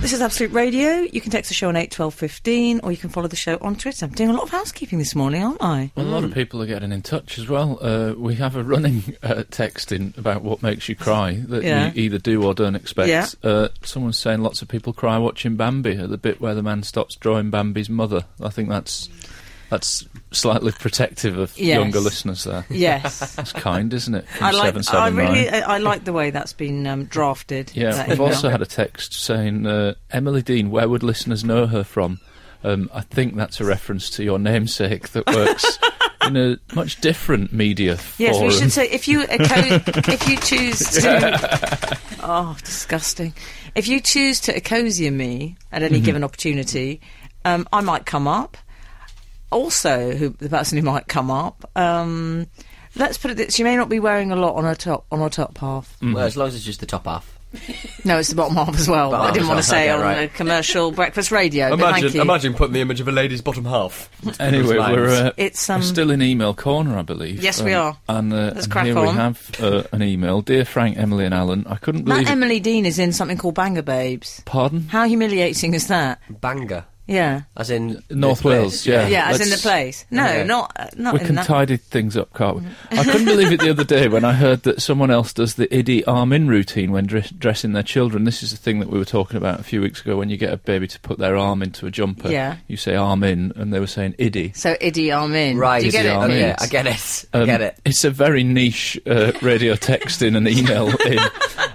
S3: this is is Absolute Radio. You can text the show on eight twelve fifteen, or you can follow the show on Twitter. I'm doing a lot of housekeeping this morning, aren't I?
S4: Well, a lot of people are getting in touch as well. Uh, we have a running uh, text in about what makes you cry that
S3: Yeah.
S4: you either do or don't expect.
S3: Yeah.
S4: Uh, someone's saying lots of people cry watching Bambi at the bit where the man stops drawing Bambi's mother. I think that's that's slightly protective of
S3: Yes.
S4: younger listeners there.
S3: Yes.
S4: That's kind, isn't it? From
S3: I like. I
S4: 779.
S3: really. I, I like the way that's been um, drafted.
S4: Yeah, uh,
S3: that
S4: we've
S3: email.
S4: also had a text saying, uh, Emily Dean, where would listeners know her from? Um, I think that's a reference to your namesake that works in a much different media
S3: Yes,
S4: forum.
S3: we should say if you uh, co- if you choose to. oh, disgusting! If you choose to accosia me at any given opportunity, um, I might come up. Also, who the person who might come up. Um, let's put it. This, she may not be wearing a lot on her top on her top half.
S4: Mm-hmm.
S5: Well, as long as it's just the top half.
S3: No, it's the bottom half as well. but I
S5: Bottom
S3: didn't want to
S5: half,
S3: say
S5: okay,
S3: on
S5: right.
S3: the commercial breakfast radio. but thank you.
S5: putting the image of a lady's bottom half.
S4: Anyway, we're, uh,
S3: It's,
S4: we're
S3: um,
S4: still in email corner, I believe.
S3: Yes, we are.
S4: And, uh,
S3: Let's
S4: and
S3: crack
S4: here we
S3: on.
S4: have uh, an email. Dear Frank, Emily, and Alan, I couldn't believe.
S3: That
S4: it-
S3: Emily Dean is in something called Banger Babes.
S4: Pardon?
S3: How humiliating is that?
S5: Banger,
S3: Yeah.
S5: as in
S4: North
S5: the place.
S4: Wales, yeah.
S3: Yeah, as in the
S4: let's-
S3: place. No,
S5: Okay.
S3: not uh, not
S4: We
S3: in
S4: can
S3: that.
S4: tidy things up, can't we? I couldn't believe it the other day when I heard that someone else does the iddy arm in routine when dress- dressing their children. This is the thing that we were talking about a few weeks ago when you get a baby to put their arm into a jumper.
S3: Yeah.
S4: You say arm in, and they were saying iddy.
S3: So Idi Amin.
S5: Right,
S3: Do you get it?
S4: Idi Amin.
S5: Yeah, I get it. I
S4: Um,
S5: get it.
S4: It's a very niche uh, radio texting and email in,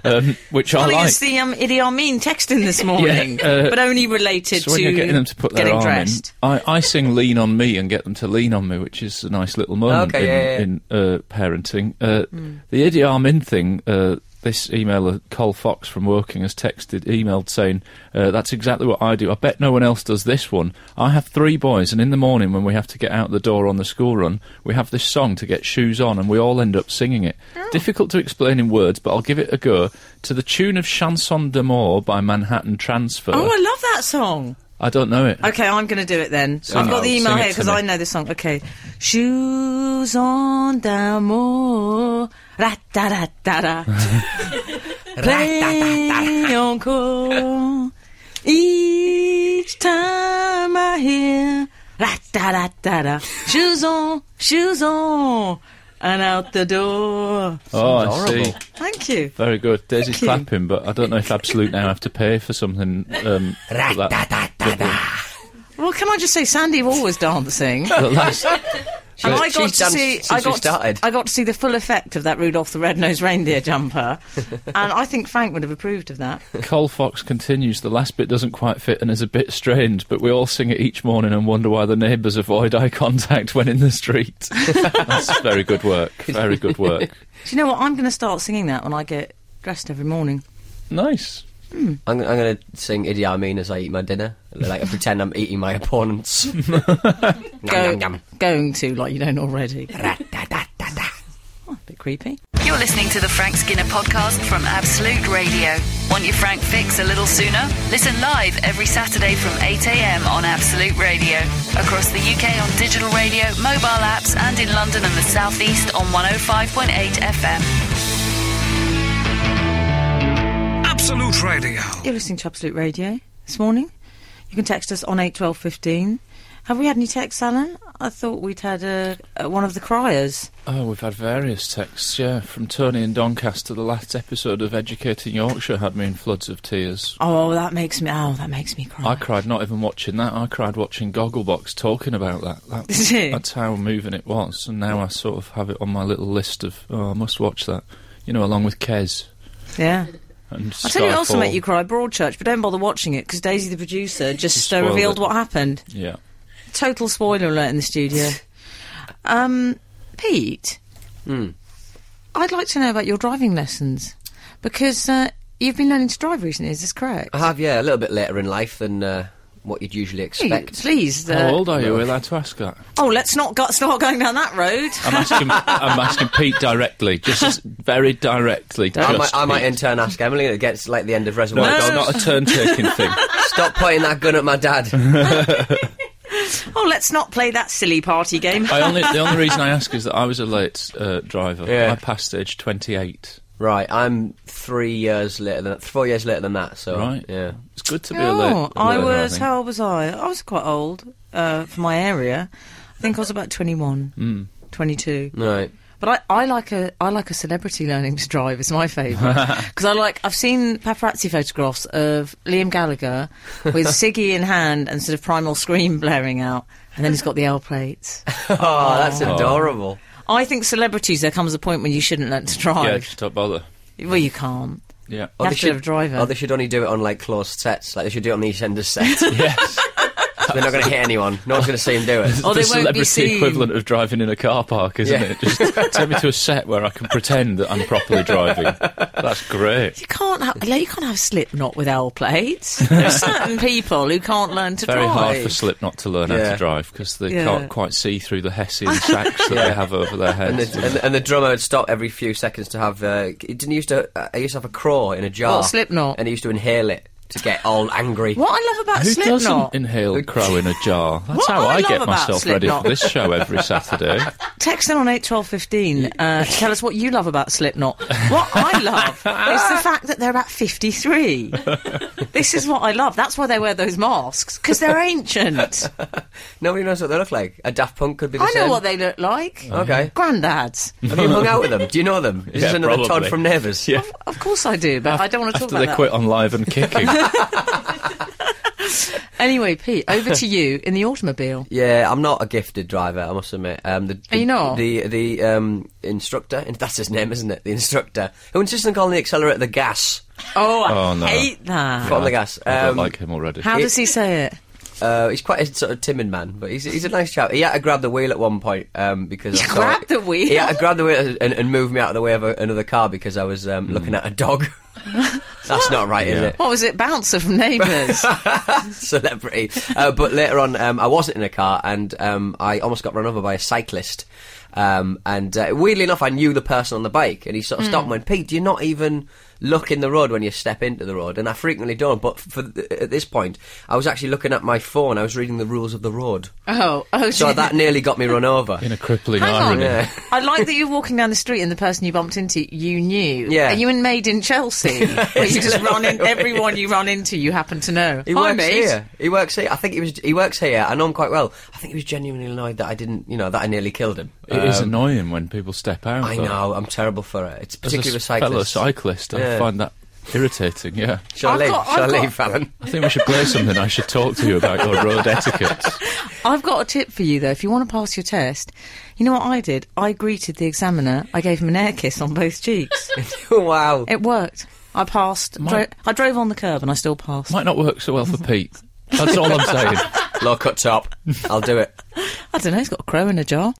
S4: um, which I
S3: Well,
S4: like.
S3: it's the um, Idi Amin texting this morning,
S4: uh,
S3: but only related
S4: So when
S3: to
S4: you're getting them to put their
S3: getting
S4: arm
S3: dressed.
S4: in, I, I sing "Lean on Me" and get them to lean on me, which is a nice little moment
S5: Okay, yeah, yeah.
S4: in, in uh, parenting. Uh, The Idi Amin thing. Uh, this emailer, Col Fox from Woking, has texted, emailed saying, uh, That's exactly what I do. I bet no one else does this one. I have three boys, and in the morning when we have to get out the door on the school run, we have this song to get shoes on, and we all end up singing it. Difficult to explain in words, but I'll give it a go. To the tune of Chanson d'Amour by Manhattan Transfer.
S3: Oh, I love that song.
S4: I don't know it.
S3: Okay, I'm going to do it then. I've got
S4: it.
S3: the email
S4: Sing it
S3: here
S4: to
S3: because
S4: me.
S3: I know this song. Okay. Shoes on d'amour. Ra da da da da. Play encore. Each time I hear. Ra da da da da. Shoes on, shoes on. And out the door.
S4: Oh, I
S5: horrible.
S4: see.
S3: Thank you.
S4: Very good. Daisy's clapping, but I don't know if Absolute now have to pay for something. Um, for that.
S3: Well, can I just say, Sandy always dancing.
S4: The last,
S3: And
S5: But
S3: I
S5: she's
S3: got to
S5: danced
S3: see.
S5: since
S3: I
S5: we
S3: got.
S5: started.
S3: I got to see the full effect of that Rudolph the Red-Nosed Reindeer jumper, and I think Frank would have approved of that.
S4: Cole Fox continues. The last bit doesn't quite fit and is a bit strained, but we all sing it each morning and wonder why the neighbours avoid eye contact when in the street. That's very good work. Very good work.
S3: Do you know what? I'm going to start singing that when I get dressed every morning.
S4: Nice.
S5: I'm, I'm going to sing Idi Amin as I eat my dinner. Like, I pretend I'm eating my opponents. Nom,
S3: Go-
S5: nom, nom.
S3: Going to like you don't already.
S5: Ra, da, da, da, da.
S3: Oh, a bit creepy.
S1: You're listening to the Frank Skinner podcast from Absolute Radio. Want your Frank fix a little sooner? Listen live every Saturday from 8 a.m. on Absolute Radio. Across the UK on digital radio, mobile apps, and in London and the South East on 105.8 FM.
S2: Absolute Radio.
S3: You're listening to Absolute Radio this morning. You can text us on eight twelve fifteen. Have we had any texts, Alan? I thought we'd had uh, uh, one of the criers.
S4: Oh, we've had various texts, yeah. From Tony in Doncaster, the last episode of Educating Yorkshire had me in floods of tears.
S3: Oh, that makes me. Oh, that makes me cry.
S4: I cried not even watching that. I cried watching Gogglebox talking about that. that
S3: Did you?
S4: That's how moving it was. And now I sort of have it on my little list of, oh, I must watch that. You know, along with Kez.
S3: yeah.
S4: And
S3: I'll tell you what also
S4: Skyfall.
S3: make you cry, Broadchurch, but don't bother watching it because Daisy the producer just uh,
S4: spoiled
S3: revealed
S4: it.
S3: what happened.
S4: Yeah.
S3: Total spoiler alert in the studio. um, Pete,
S4: Hmm.
S3: I'd like to know about your driving lessons because uh, you've been learning to drive recently, is this correct?
S5: I have, yeah, a little bit later in life than uh, what you'd usually
S3: Hey,
S5: expect.
S3: Please. Uh,
S4: How old are you? Are we allowed to ask that?
S3: Oh, let's not go- start going down that road.
S4: I'm asking, I'm asking Pete directly. Just as- very directly.
S5: I
S4: just
S5: might, I might
S4: Pete.
S5: in turn ask Emily, and it gets like the end of
S4: No,
S5: Reservoir
S4: it's
S5: Dogs.
S4: not a turn taking thing.
S5: Stop pointing that gun at my dad.
S3: oh, let's not play that silly party game.
S4: I only, the only reason I ask is that I was a late uh, driver.
S5: Yeah.
S4: I passed age 28.
S5: Right, I'm three years later than four years later than that. So
S4: Right.
S5: Oh, yeah,
S4: It's good to be a late.
S3: Oh, I
S4: learner,
S3: was.
S4: think.
S3: How old was I? I was quite old uh, for my area. I think I was about 21,
S4: Hmm.
S3: 22.
S5: right.
S3: But I, I like a I like a celebrity learning to drive. It's my favourite because I like I've seen paparazzi photographs of Liam Gallagher with Siggy in hand and sort of Primal Scream blaring out, and then he's got the L plates.
S5: Oh, that's adorable.
S3: I think celebrities there comes a point when you shouldn't learn to
S4: Yeah,
S3: drive.
S4: just don't bother.
S3: Well, you can't.
S4: Yeah.
S3: You have to have a driver.
S5: Or they should only do it on like closed sets. Like they should do it on the Eastenders set. so
S4: Yes.
S5: they're not going to hit anyone. No one's going to see him do it.
S3: Oh,
S4: the
S3: they won't be
S4: celebrity
S3: seen.
S4: equivalent of driving in a car park, isn't
S5: Yeah.
S4: it? Just take me to a set where I can pretend that I'm properly driving. That's great.
S3: You can't have like, you can't have Slipknot with L plates. There are certain people who can't learn to
S4: Very
S3: drive.
S4: hard for Slipknot to learn how
S5: Yeah.
S4: to drive because they
S3: Yeah.
S4: can't quite see through the hessian sacks that
S5: Yeah.
S4: they have over their
S5: And
S4: heads.
S5: the, and, the- and the drummer would stop every few seconds to have. Uh, he didn't used to. Uh, he used to have a craw in a jar.
S3: What, Slipknot?
S5: And he used to inhale it to get all angry.
S3: What I love about
S4: Who
S3: Slipknot,
S4: doesn't inhale crow in a jar? That's
S3: What
S4: how
S3: I
S4: I,
S3: love
S4: get
S3: about
S4: myself ready
S3: Slipknot-
S4: for this show every Saturday.
S3: text in on eight twelve fifteen. Uh, tell us what you love about Slipknot. What I love is the fact that they're about fifty three. this is what I love. That's why they wear those masks because they're ancient.
S5: Nobody knows what they look like. A Daft Punk could be the
S3: I
S5: same.
S3: know what they look like.
S5: Okay.
S3: Granddads.
S5: Have you hung out with them? Do you know them? Is
S4: Yeah,
S5: this another Todd
S4: probably.
S5: from Neighbours?
S4: Yeah.
S3: Of course I do, but I don't want to talk
S4: After
S3: about
S4: they
S3: that.
S4: quit on live and kicking.
S3: Anyway, Pete, over to you in the automobile.
S5: Yeah, I'm not a gifted driver, I must admit. Um, the,
S3: Are you not?
S5: The the um, instructor, and that's his name, isn't it? The instructor who insists on calling the accelerator the gas.
S3: Oh, I
S4: Oh, no.
S3: hate that.
S5: Foot on the gas.
S4: I don't
S5: Um,
S4: like him already.
S3: How
S5: It-
S3: does he say it?
S5: Uh, he's quite a sort of timid man, but he's, he's a nice chap. He had to grab the wheel at one point um, because
S3: He
S5: I saw-
S3: grabbed the wheel?
S5: He had to grab the wheel and, and move me out of the way of a, another car because I was um, looking at a dog. That's not right, is
S4: Hmm. Yeah.
S5: it?
S3: What was it? Bouncer from Neighbours.
S5: celebrity. Uh, but later on, um, I wasn't in a car, and um, I almost got run over by a cyclist. Um, and uh, weirdly enough, I knew the person on the bike, and he sort of stopped and went, "Pete, do you not even look in the road when you step into the road?" And I frequently don't. But for th- at this point, I was actually looking at my phone. I was reading the rules of the road,
S3: oh, oh,
S5: so that nearly got me run over.
S4: In a crippling
S3: Hang on.
S4: irony.
S5: Yeah.
S3: I like that you're walking down the street and the person you bumped into you knew.
S5: Yeah.
S3: Are you in Made in Chelsea? Where you just run in everyone you run into you happen to know.
S5: He
S3: Hi,
S5: works
S3: mate.
S5: here. He works here. I think he was. He works here. I know him quite well. I think he was genuinely annoyed that I didn't. You know that I nearly killed him.
S4: It is
S5: Um,
S4: annoying when people step out.
S5: I
S4: though.
S5: know. I'm terrible for it. It's
S4: As
S5: particularly
S4: a
S5: with
S4: fellow
S5: cyclists.
S4: cyclist, I
S5: Yeah.
S4: find that irritating. Yeah,
S5: Shall I
S3: I've
S5: leave?
S3: got-
S5: Shall I
S3: I've got-
S5: leave, Fallon?
S4: I think we should play something. I should talk to you about your road etiquette.
S3: I've got a tip for you though. If you want to pass your test, you know what I did? I greeted the examiner. I gave him an air kiss on both cheeks.
S5: wow.
S3: it worked. I passed.
S4: My-
S3: Dro- I drove on the curb and I still passed.
S4: Might not work so well for Pete. That's all I'm saying.
S5: Low cut top. I'll do it.
S3: I don't know. He's got a crow in a jar.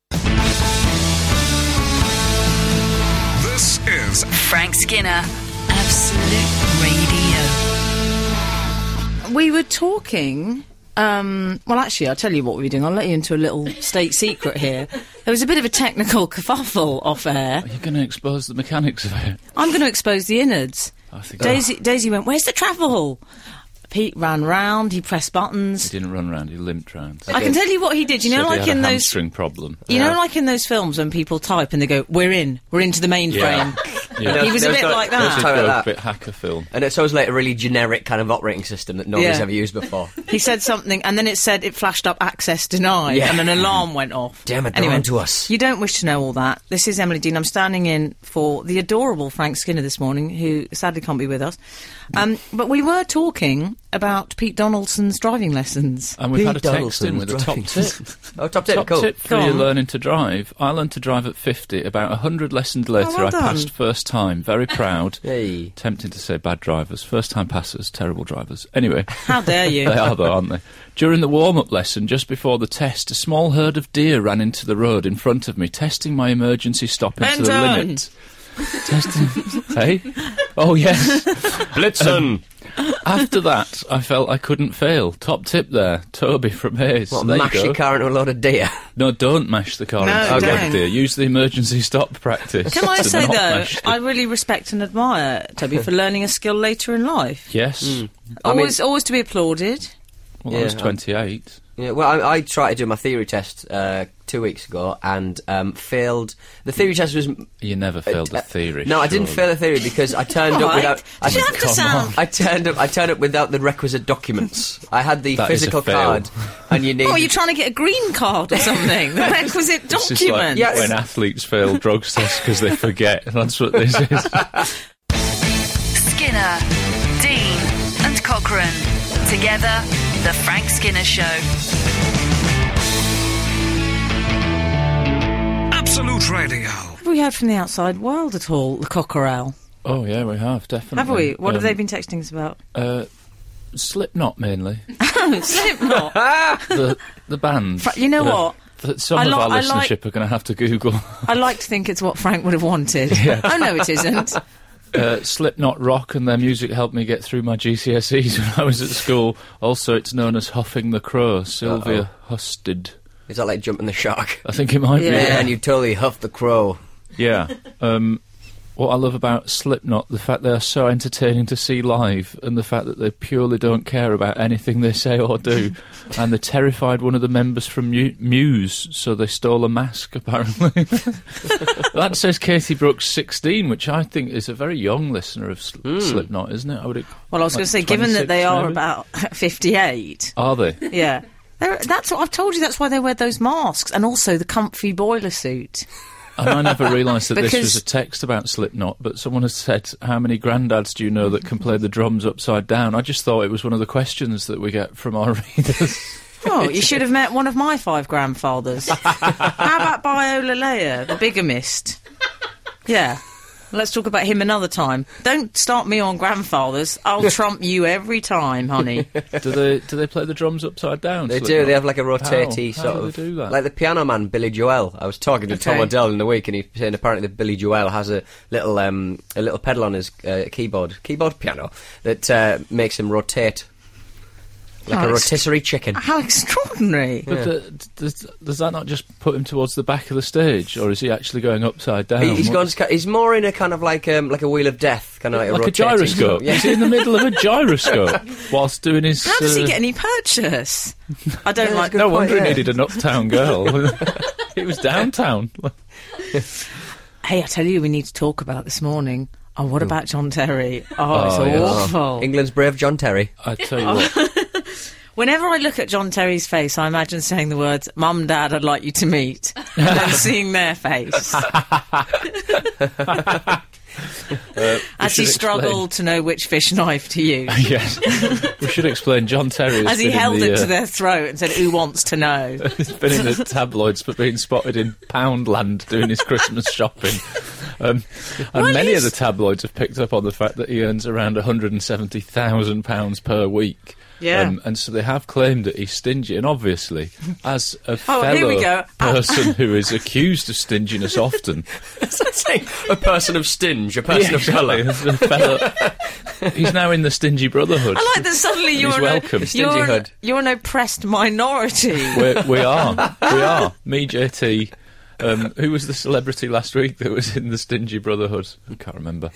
S2: This is
S1: Frank Skinner, Absolute Radio.
S3: We were talking. Um, well, actually, I'll tell you what we were doing. I'll let you into a little state secret here. There was a bit of a technical kerfuffle off air.
S4: You're going to expose the mechanics of it.
S3: I'm going to expose the innards.
S4: I think
S3: Daisy, Daisy went, Where's the travel? Pete ran round, he pressed
S4: he
S3: buttons.
S4: didn't run round. He limped round.
S3: I can tell you what he did. You know,
S4: Said he
S3: like
S4: had
S3: in
S4: a
S3: those.
S4: hamstring problem.
S3: You know, like in those films when people type and they go, "We're in, we're into the mainframe."
S4: Yeah.
S3: He was a
S5: Those
S3: bit
S5: guys-
S3: like
S5: those
S4: Did
S3: that.
S5: type- Sorry
S4: go
S5: about
S4: a
S5: that.
S4: bit hacker film.
S5: And it's always like a really generic kind of operating system that nobody's
S3: Yeah.
S5: ever used before.
S3: He said something, and then it said it flashed up access denied,
S5: Yeah.
S3: and an alarm went off.
S5: Damn it, they're
S3: anyway,
S5: onto us.
S3: You don't wish to know all that. This is Emily Dean. I'm standing in for the adorable Frank Skinner this morning, who sadly can't be with us. Um, but we were talking about Pete Donaldson's driving lessons.
S4: And we've
S5: Pete
S4: had a text
S5: Donaldson
S4: in
S5: was
S4: with a top
S5: driving.
S4: tip.
S5: Oh, top tip.
S4: Top
S5: cool.
S4: tip for
S3: Go
S4: you
S3: on.
S4: learning to drive. I learned to drive at 50. About 100 lessons later,
S3: Oh, well
S4: I
S3: done.
S4: passed first time. Very proud.
S5: Hey.
S4: Tempting to say bad drivers. First time passers, terrible drivers. Anyway.
S3: How dare you?
S4: They are, though, aren't they? During the warm up lesson, just before the test, a small herd of deer ran into the road in front of me, testing my emergency stopping to the
S3: Benton!
S4: limit. testing. hey? Oh, yes.
S5: Blitzen.
S4: After that, I felt I couldn't fail. Top tip there, Toby from Hayes.
S5: What,
S4: There you
S5: mash
S4: go.
S5: your car into a load of deer?
S4: No, don't mash the car
S3: No,
S4: into the
S5: don't.
S4: road, dear. Use the emergency stop practice.
S3: Can I
S4: to
S3: say
S4: not
S3: though,
S4: mash the-
S3: I really respect and admire Toby for learning a skill later in life.
S4: yes.
S5: I mean-
S3: Always, always to be applauded.
S4: Well, I was
S5: Hmm. Yeah, I-
S4: 28.
S5: Yeah, well, I, I tried to do my theory test uh, two weeks ago and um, failed. The theory test was.
S4: You never failed the
S5: uh,
S4: theory.
S5: No, I didn't
S4: surely.
S5: fail the theory because I turned up
S3: Right.
S5: without. I,
S3: Did you have to sound?
S5: I turned up. I turned up without the requisite documents. I had the
S4: That is a
S5: physical
S4: fail.
S5: card, and you need.
S3: Oh, are you trying to get a green card or something? the requisite
S4: This is like
S3: document.
S5: Yeah, it's-
S4: when athletes fail drugs tests because they forget. That's what this is.
S1: Skinner, Dean, and Cochrane. Together, The Frank Skinner Show.
S2: Absolute Radio.
S3: Have we heard from the outside world at all? The cockerel.
S4: Oh yeah, we have definitely.
S3: Have we? What have
S4: Um,
S3: they been texting us about?
S4: Uh, Slipknot mainly.
S3: Slipknot.
S4: the the band.
S3: Fra- you know what?
S4: That some
S3: I
S4: of
S3: li-
S4: our
S3: I
S4: listenership
S3: like-
S4: are going to have to Google
S3: I like to think it's what Frank would have wanted. Oh no, it isn't.
S4: uh, Slipknot rock, and their music helped me get through my GCSEs when I was at school. Also, it's known as huffing the crow. Sylvia Husted.
S5: Is that like jumping the shark?
S4: I think it might
S3: Yeah.
S4: be.
S5: And you totally huffed the crow.
S4: Yeah. Um, what I love about Slipknot, the fact they are so entertaining to see live, and the fact that they purely don't care about anything they say or do, and they terrified one of the members from Mu- Muse, so they stole a mask. Apparently, that says Katie Brooks, sixteen, which I think is a very young listener of Sl- Slipknot, isn't it? I would.
S3: Well, I was going to say, given that they are
S4: maybe?
S3: about 58,
S4: Are they?
S3: yeah. They're, that's what I've told you. That's why they wear those masks and also the comfy boiler suit.
S4: And I never realised that this was
S3: Because-
S4: a text about Slipknot, but someone has said, How many granddads do you know that can play the drums upside down? I just thought it was one of the questions that we get from our readers.
S3: Oh, you should have met one of my five grandfathers. How about Biolalea, the bigamist? Yeah. Let's talk about him another time. Don't start me on grandfathers. I'll trump you every time, honey.
S4: do they do they play the drums upside down?
S5: They do.
S4: Slipknot?
S5: They have like a
S4: How?
S5: rotatey
S4: How
S5: sort
S4: do
S5: of,
S4: They do that?
S5: like the piano man Billy Joel. I was talking to Tom
S3: Okay.
S5: O'Dell in the week, and he was saying apparently that Billy Joel has a little um, a little pedal on his uh, keyboard, keyboard piano that uh, makes him rotate
S3: Oh,
S5: like a
S3: it's-
S5: rotisserie chicken.
S3: How extraordinary.
S4: But the- does, does that not just put him towards the back of the stage, or is he actually going upside down?
S5: He, he's
S4: What-
S5: gone. He's more in a kind of like um, like a wheel of death, kind of like,
S4: like a
S5: rotating-
S4: gyroscope.
S5: Yeah.
S4: He's in the middle of a gyroscope whilst doing his.
S3: How does he
S4: uh,
S3: get any purchase? I don't
S5: Yeah,
S3: like.
S5: good
S4: No
S5: point,
S4: wonder
S5: yeah.
S4: he needed an uptown girl. He was downtown.
S3: Hey, I tell you, we need to talk about this morning. Oh, what about John Terry? Oh, it's
S4: Oh, yes.
S3: awful.
S5: England's brave John Terry.
S4: I tell
S3: Oh.
S4: you what,
S3: Whenever I look at John Terry's face, I imagine saying the words, Mum, Dad, I'd like you to meet, and then seeing their face as he
S4: Uh, should explain.
S3: struggled to know which fish knife to use.
S4: Yes. we should explain. John Terry has
S3: As he
S4: been
S3: held
S4: in the,
S3: it to
S4: uh,
S3: their throat and said, Who wants to know?
S4: He's been in the tabloids for being spotted in Poundland doing his Christmas shopping. Um, and many of the tabloids have picked up on the fact that he earns around £170,000 per week. Um,
S3: Yeah.
S4: and so they have claimed that he's stingy, and obviously, as a
S3: Oh,
S4: fellow
S3: here we go. Ah.
S4: person who is accused of stinginess often,
S5: a person of stinge, a person
S4: Yeah, exactly, as a fellow- he's now in the stingy brotherhood.
S3: I like that suddenly you're,
S4: He's
S3: an-
S4: welcome.
S3: you're, an,
S5: Stingyhood.
S3: you're an oppressed minority.
S4: We're, we are. We are. Me, JT. Um, who was the celebrity last week that was in the Stingy Brotherhood? I can't remember.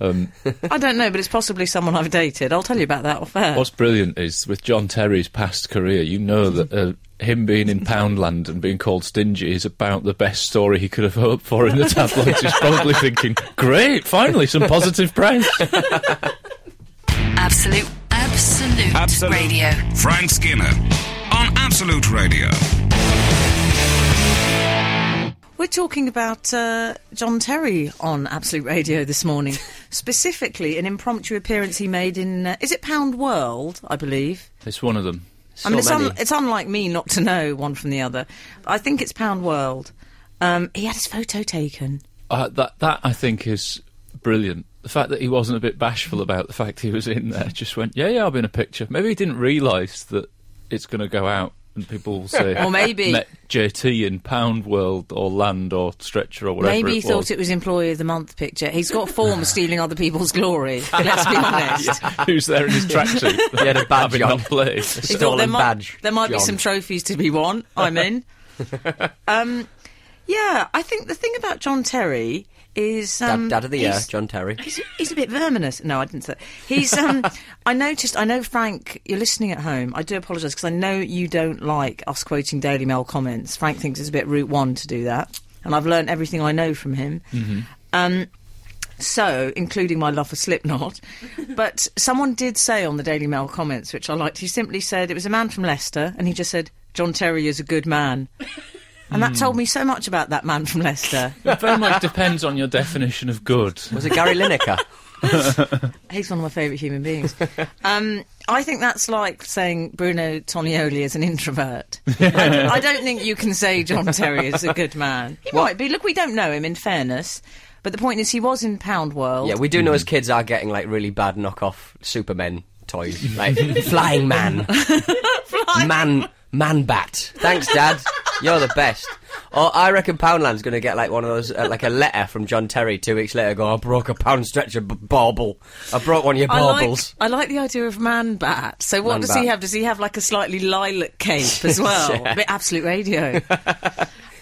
S4: Um,
S3: I don't know, but it's possibly someone I've dated. I'll tell you about that off air.
S4: what's brilliant is with John Terry's past career, you know that uh, him being in Poundland and being called stingy is about the best story he could have hoped for in the tabloids. He's probably thinking, great, finally some positive press.
S1: Absolute, absolute,
S2: Absolute.
S1: radio.
S2: Frank Skinner on Absolute Radio.
S3: We're talking about uh, John Terry on Absolute Radio this morning, specifically an impromptu appearance he made in uh, is it Pound World, I believe.
S4: It's one of them.
S5: So
S3: I mean, it's,
S5: many.
S3: it's unlike me not to know one from the other. I think it's Pound World. Um, he had his photo taken.
S4: Uh, that that I think is brilliant. The fact that he wasn't a bit bashful about the fact he was in there, just went, yeah, yeah, I'll be in a picture. Maybe he didn't realise that it's going to go out and people will say,
S3: Or maybe-
S4: met JT in Pound World or Land or Stretcher or whatever.
S3: Maybe he
S4: it
S3: thought
S4: was.
S3: it was Employee of the Month picture. He's got a form of stealing other people's glory. Let's be honest.
S4: Who's there in his tracksuit?
S5: He had a badge
S4: having
S5: on.
S4: not played.
S3: He thought
S5: Stolen
S3: there might,
S5: badge,
S3: There might
S5: John.
S3: be some trophies to be won. I'm in. um, yeah, I think the thing about John Terry is
S5: Dad,
S3: um,
S5: Dad of the year,
S3: he's-
S5: John Terry.
S3: He's, he's a bit verminous. No, I didn't say. That. He's. Um, I noticed. I know Frank. You're listening at home. I do apologise because I know you don't like us quoting Daily Mail comments. Frank thinks it's a bit root one to do that, and I've learned everything I know from him. Um, so, including my love for Slipknot, but someone did say on the Daily Mail comments, which I liked. He simply said it was a man from Leicester, and he just said John Terry is a good man. And that told me so much about that man from Leicester.
S4: It very much depends on your definition of good.
S5: Was it Gary Lineker?
S3: He's one of my favourite human beings. um, I think that's like saying Bruno Tonioli is an introvert. I, I don't think you can say John Terry is a good man. He might be. Look, we don't know him, in fairness. But the point is, he was in Pound World.
S5: yeah, we do know his kids are getting like really bad knockoff Superman toys, like Flying Man, Man, Man Bat. Thanks, Dad. You're the best. Or I reckon Poundland's going to get like one of those, uh, like a letter from John Terry two weeks later. Go, I broke a pound stretcher b- bauble. I broke one of your
S3: I like,
S5: baubles.
S3: I like the idea of man bat. So what
S5: Man
S3: does
S5: bat.
S3: he have? Does he have like a slightly lilac cape as well? A bit absolute radio.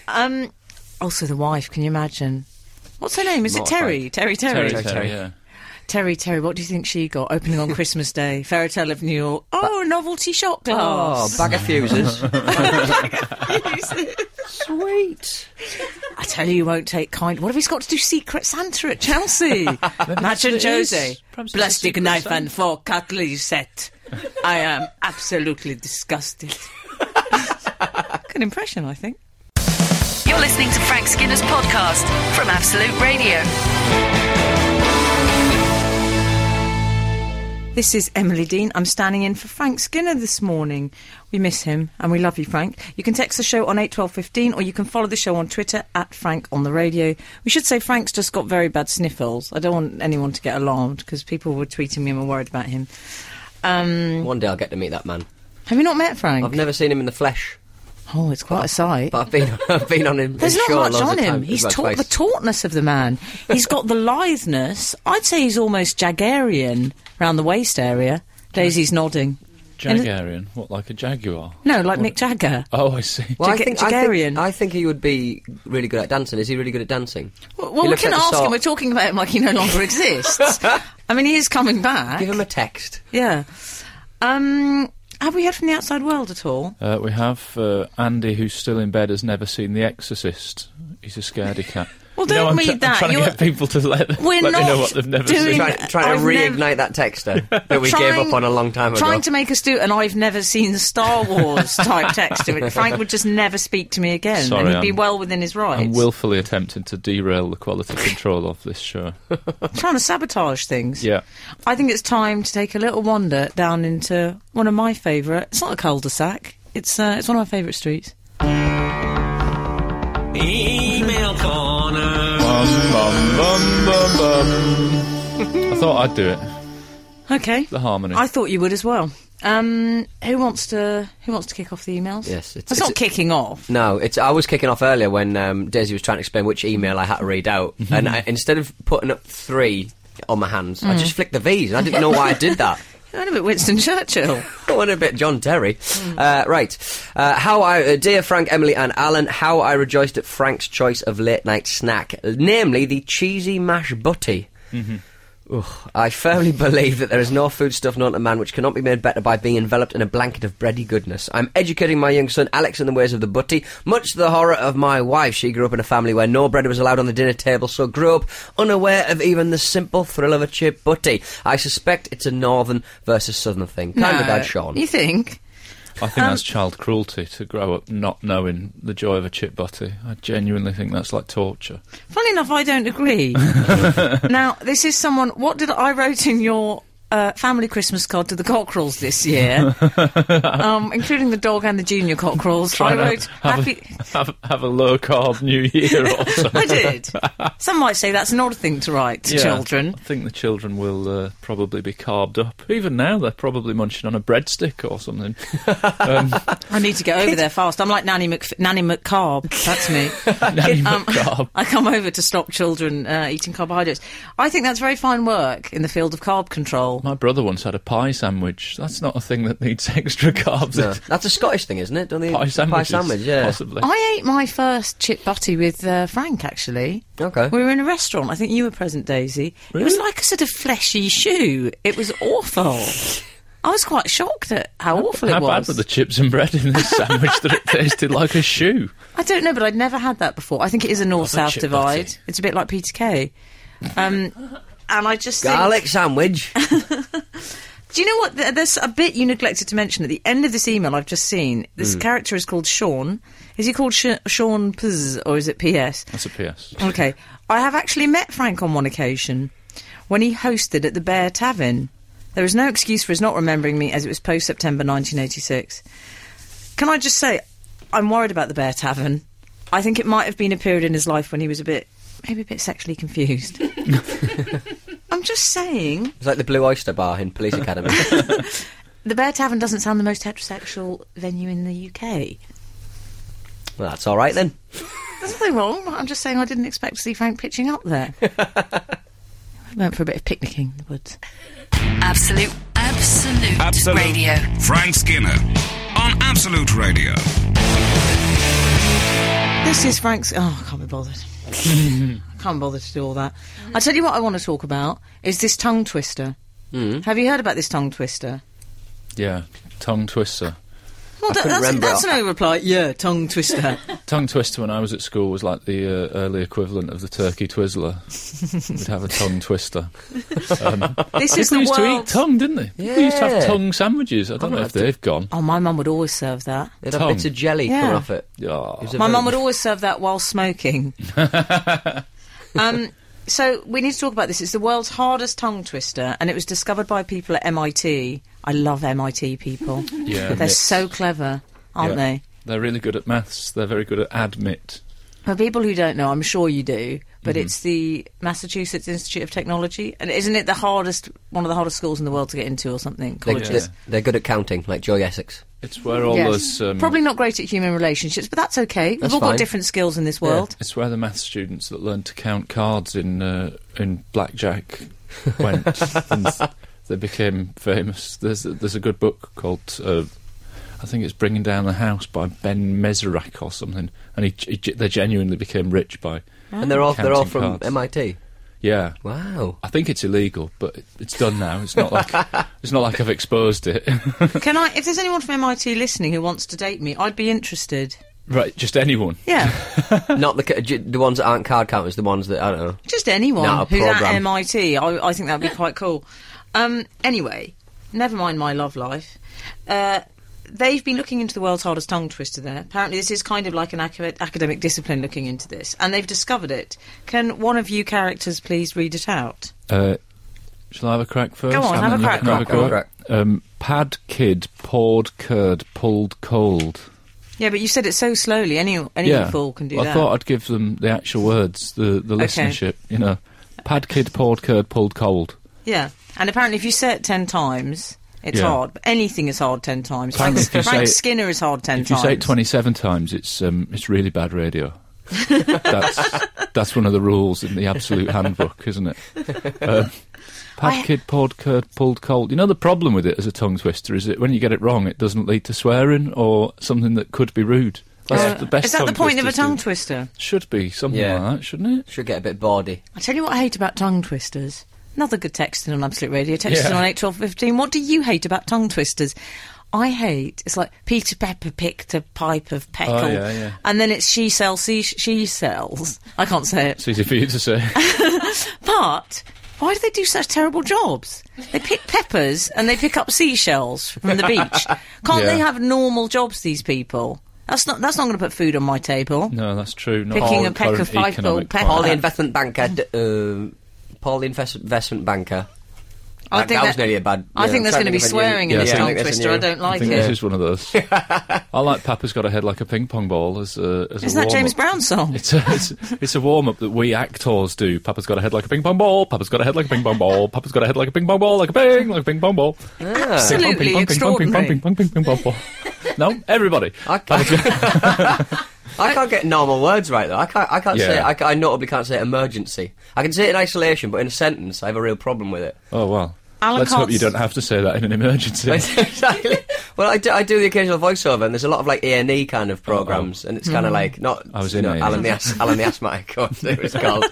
S3: um, also the wife. Can you imagine? What's her name? Is it Terry? Terry Terry.
S4: Terry,
S5: Terry.
S4: yeah.
S3: Terry, Terry, what do you think she got opening on Christmas Day? Fairytale of New York. Oh, a novelty shot
S5: Oh,
S3: glass.
S5: bag of fuses.
S3: Sweet. I tell you, you won't take kind. What have he's got to do Secret Santa at Chelsea? Imagine
S4: that's what it is.
S3: Jose.
S4: Perhaps it's a
S3: Plastic
S4: Secret
S3: knife
S4: Santa.
S3: and four cutlery set. I am absolutely disgusted. Good impression, I think.
S1: You're listening to Frank Skinner's podcast from Absolute Radio.
S3: This is Emily Dean. I'm standing in for Frank Skinner this morning. We miss him and we love you, Frank. You can text the show on 81215 or you can follow the show on Twitter at Frank on the radio. We should say Frank's just got very bad sniffles. I don't want anyone to get alarmed because people were tweeting me and were worried about him. Um,
S5: one day I'll get to meet that man.
S3: have you not met Frank?
S5: I've never seen him in the flesh,
S3: oh, it's quite a sight.
S5: but I've been I've been on him.
S3: There's
S5: his
S3: not
S5: show
S3: much
S5: loads
S3: on
S5: of
S3: him.
S5: times,
S3: He's
S5: his
S3: taut, the
S5: face.
S3: tautness of the man. He's got the litheness. I'd say he's almost Jaggerian round the waist area. Daisy's nodding. In-
S4: Jaguarian, what like a jaguar?
S3: No, like Mick Jagger.
S4: Oh, I see.
S5: Well, I
S3: Jagge-
S5: think, I,
S3: Jaggerian.
S5: think, I think he would be really good at dancing. Is he really good at dancing?
S3: Well,
S5: He
S3: we
S5: looks
S3: can
S5: like the
S3: ask
S5: sort-
S3: him. We're talking about him like he no longer exists. I mean, he is coming back.
S5: Give him a text.
S3: yeah. Um, have we heard from the outside world at all?
S4: Uh, we have uh, Andy, who's still in bed, has never seen The Exorcist. He's a scaredy cat.
S3: Well,
S4: You know,
S3: don't
S4: I'm
S3: read
S4: try-
S3: that.
S4: I'm trying
S3: You're-
S4: to get people to let, them,
S3: We're
S4: let me know
S3: not
S4: what they've never
S3: doing-
S4: seen.
S5: Try, trying to
S3: I've nev-
S5: reignite that texter that we gave
S3: Trying-
S5: up on a long time ago.
S3: Trying to make us do an I've never seen Star Wars type text to it. Frank would just never speak to me again,
S4: Sorry,
S3: and he'd be
S4: I'm-
S3: well within his rights.
S4: I'm willfully attempting to derail the quality control of this show.
S3: trying to sabotage things.
S4: Yeah.
S3: I think it's time to take a little wander down into one of my favourite. It's not a cul-de-sac. It's uh, it's one of my favourite streets.
S6: Email corner.
S4: I thought I'd do it.
S3: Okay.
S4: The harmony.
S3: I thought you would as well. Um, who wants to who wants to kick off the emails?
S5: Yes, it's-
S3: it's, not
S5: it's-
S3: kicking off.
S5: No, it's. I was kicking off earlier when um, Daisy was trying to explain which email I had to read out,
S3: Mm-hmm.
S5: and I, instead of putting up three on my hands,
S3: Mm.
S5: I just flicked the V's, and I didn't know why I did that.
S3: You're a bit Winston Churchill.
S5: I want a bit John Terry.
S3: Mm.
S5: Uh, right. Uh, how I, uh, dear Frank, Emily, and Alan, how I rejoiced at Frank's choice of late night snack, namely the cheesy mash butty. Ugh, I firmly believe that there is no foodstuff known to man which cannot be made better by being enveloped in a blanket of bready goodness. I'm educating my young son Alex in the ways of the butty, much to the horror of my wife. She grew up in a family where no bread was allowed on the dinner table, so grew up unaware of even the simple thrill of a chip butty. I suspect it's a northern versus southern thing. Kind of
S3: No.
S5: bad, Sean.
S3: You think?
S4: I
S3: um
S4: think that's child cruelty to grow up not knowing the joy of a chip butty. I genuinely think that's like torture.
S3: Funny enough, I don't agree. now, this is someone. What did I wrote in your uh, family Christmas card to the cockerels this year, um, including the dog and the junior cockerels? I
S4: Trying to
S3: wrote
S4: have,
S3: happy.
S4: a, have, have a low carb New Year or something.
S3: I did. Some might say that's an odd thing to write to
S4: Yeah,
S3: children.
S4: I think the children will uh, probably be carved up. Even now, they're probably munching on a breadstick or something.
S3: I need to get over there fast. I'm like Nanny Mc Nanny McCarb. That's me.
S4: Nanny
S3: Um,
S4: McCarb.
S3: I come over to stop children uh, eating carbohydrates. I think that's very fine work in the field of carb control.
S4: My brother once had a pie sandwich. That's not a thing that needs extra carbs.
S5: No. That's a Scottish thing, isn't it? Don't they?
S4: Pie sandwich.
S5: sandwich, yeah.
S4: Possibly.
S3: I ate my first chip butty with uh, Frank, actually.
S5: Okay.
S3: We were in a restaurant. I think you were present, Daisy. It was like a sort of fleshy shoe. It was awful. I was quite shocked at how awful
S4: How
S3: it
S4: bad
S3: was.
S4: were the chips and bread in this sandwich that it tasted like a shoe?
S3: I don't know, but I'd never had that before. I think it is a north-south
S4: chip
S3: divide.
S4: butty.
S3: It's a bit like Peter Kay. Um, and I just think-
S5: Garlic sandwich.
S3: Do you know what? Th- There's a bit you neglected to mention at the end of this email I've just seen. This character is called Sean. Is he called Sh- Sean Pz or is it PS?
S4: That's a PS.
S3: Okay. I have actually met Frank on one occasion when he hosted at the Bear Tavern. There is no excuse for his not remembering me as it was post September 1986. Can I just say, I'm worried about the Bear Tavern. I think it might have been a period in his life when he was a bit, maybe a bit sexually confused. I'm just saying,
S5: It's like the Blue Oyster Bar in Police Academy.
S3: the Bear Tavern doesn't sound the most heterosexual venue in the UK.
S5: well, that's all right then.
S3: There's nothing wrong. I'm just saying I didn't expect to see Frank pitching up there. we went for a bit of picnicking in the woods.
S1: Absolute, absolute,
S2: Absolute.
S1: radio.
S2: Frank Skinner on Absolute Radio.
S3: This is Frank's. Oh, I can't be bothered. I can't bother to do all that. I tell you what, I want to talk about is this tongue twister.
S4: Hmm.
S3: Have you heard about this tongue twister?
S4: Yeah. Tongue twister.
S3: Well, that,
S5: couldn't
S3: that's,
S5: remember.
S3: that's no reply. Yeah, tongue twister.
S4: Tongue twister when I was at school was like the uh, early equivalent of the turkey twizzler. We'd have a tongue twister.
S3: this is
S4: People
S3: the
S4: used to eat
S3: world.
S4: tongue, didn't they? People used to have
S5: Yeah.
S4: tongue sandwiches. I don't know
S5: not
S4: if they've gone.
S3: oh, my mum would always serve that.
S5: It had
S4: Tongue.
S5: bits of jelly
S3: Yeah.
S5: coming off it.
S4: Yeah.
S5: It was a
S3: My
S5: very-
S3: mum would always serve that while smoking. um, so we need to talk about this. It's the world's hardest tongue twister, and it was discovered by people at MIT. I love MIT people.
S4: Yeah,
S3: They're
S4: mix.
S3: so clever, aren't
S4: Yeah.
S3: they?
S4: They're really good at maths. They're very good at admit.
S3: For people who don't know, I'm sure you do, but
S4: Mm-hmm.
S3: it's the Massachusetts Institute of Technology, and isn't it the hardest, one of the hardest schools in the world to get into or something?
S5: They're,
S3: Colleges.
S5: they're- they're good at counting, like Joey Essex.
S4: It's where all
S3: Yes.
S4: those. Um,
S3: Probably not great at human relationships, but that's okay. We've
S5: That's
S3: all
S5: fine.
S3: got different skills in this world.
S4: It's where the maths students that learned to count cards in uh, in blackjack went, and they became famous. There's a, there's a good book called. Uh, I think it's Bringing Down the House by Ben Meserak or something, and he, he, they genuinely became rich by,
S3: Oh. Ah.
S5: And they're all they're all
S4: Counting
S5: from
S4: cards.
S5: MIT.
S4: yeah.
S5: Wow.
S4: I think it's illegal, but it, it's done now. It's not like it's not like I've exposed it.
S3: Can I, if there's anyone from MIT listening who wants to date me, I'd be interested.
S4: right, just anyone.
S3: Yeah.
S5: Not the ca- j- the ones that aren't card counters, the ones that I don't know.
S3: Just anyone
S5: Not a
S3: who's at
S5: programme.
S3: MIT. I, I think that'd be quite cool. Um, anyway, never mind my love life. Uh, they've been looking into the world's hardest tongue twister there. Apparently, this is kind of like an acad- academic discipline looking into this, and they've discovered it. Can one of you characters please read it out?
S4: Uh, shall I have a crack first?
S3: on,
S4: And
S3: have a
S4: then you
S3: crack.
S4: can
S5: Crack, have a crack.
S4: Um, pad kid, poured curd, pulled cold.
S3: Yeah, but you said it so slowly. Any any fool can do
S4: I
S3: that.
S4: thought I'd give them the actual words, the, the listenership, you know. Pad kid, poured curd, pulled cold.
S3: Yeah, and apparently, if you say it ten times. It's
S4: Yeah.
S3: hard. But anything is hard ten times. Frank,
S4: Apparently if you
S3: Frank
S4: say-
S3: Skinner is hard ten
S4: If you
S3: times.
S4: say it 27 times, it's, um, it's really bad radio. that's, that's one of the rules in the absolute handbook, isn't it? Um, pad
S3: I-
S4: kid, poured curd, pulled cold. You know, the problem with it as a tongue twister is that when you get it wrong, it doesn't lead to swearing or something that could be rude. That's
S3: Uh,
S4: the best
S3: is that the
S4: tongue
S3: point of a
S4: twisters do.
S3: tongue twister?
S4: Should be something
S5: Yeah.
S4: like that, shouldn't it?
S5: Should get a bit bawdy.
S3: I tell you what I hate about tongue twisters. Another good texting on Absolute Radio. Texting
S4: Yeah.
S3: on eight twelve fifteen. What do you hate about tongue twisters? I hate. It's like Peter Pepper picked a pipe of peckle,
S4: Oh, yeah, yeah.
S3: and then it's she sells, she, she sells. I can't say it.
S4: It's easy for you to say.
S3: But why do they do such terrible jobs? They pick peppers and they pick up seashells from the beach. Can't
S4: Yeah.
S3: they have normal jobs? These people. That's not. That's not going to put food on my table.
S4: No, that's true. Not
S3: Picking
S4: all
S3: a peck of
S4: current
S3: five gold
S4: economic
S3: peck-
S4: climate.
S5: Paul the investment banker. D- um Paul the invest- investment banker.
S3: I
S5: That- that was nearly a bad-
S3: I
S5: yeah,
S3: think there's
S5: trying
S3: going to
S5: to
S3: be
S5: think of a
S3: swearing
S5: new-
S3: in
S4: yeah,
S3: this
S4: I think
S3: tongue
S5: that's a
S3: twister.
S5: new-
S3: I don't
S4: I
S3: like
S4: think
S3: it.
S4: this is one of those. I like Papa's got a head like a ping pong ball as a as
S3: Isn't
S4: a
S3: that James
S4: warm-up.
S3: Brown's song?
S4: It's a, it's, it's a warm up that we actors do. Papa's got a head like a ping pong ball. Papa's got a head like a ping pong ball. Papa's got a head like a ping pong ball, like a ping, like a ping pong ball. Ping pong,
S3: Absolutely
S4: ping pong, ping pong, ping pong,
S3: extraordinary.
S4: ping pong, ping pong, ping pong, ball. No, everybody.
S5: I can't, I can't get normal words right though. I can't. I can't say.
S4: Yeah.
S5: I, ca- I notably can't say emergency. I can say it in isolation, but in a sentence, I have a real problem with it.
S4: Oh well.
S3: Alan
S4: Let's hope you
S3: Cox-
S4: don't have to say that in an emergency.
S5: exactly. Well, I do, I do the occasional voiceover, and there's a lot of like A and E kind of programs, and it's kind of
S3: Mm-hmm.
S5: like not
S4: I was
S5: you
S4: in E.
S5: know,
S4: A&E.
S5: Alan the As- Alan the asthmatic or whatever it's called.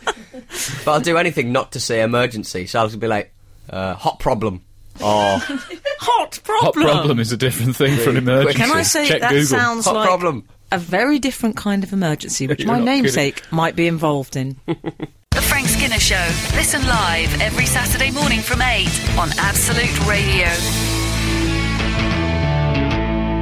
S5: but I'll do anything not to say emergency. So I'll just be like, uh, hot problem, or
S3: Hot
S4: Hot
S3: problem.
S4: problem is a different thing for an emergency.
S3: Can I say
S4: Check
S3: that
S4: Google.
S3: sounds
S5: Hot
S3: like
S5: problem.
S3: a very different kind of emergency, which
S4: You're
S3: my
S4: not kidding.
S3: namesake might be involved in.
S1: The Frank Skinner Show. Listen live every Saturday morning from 8 on Absolute Radio.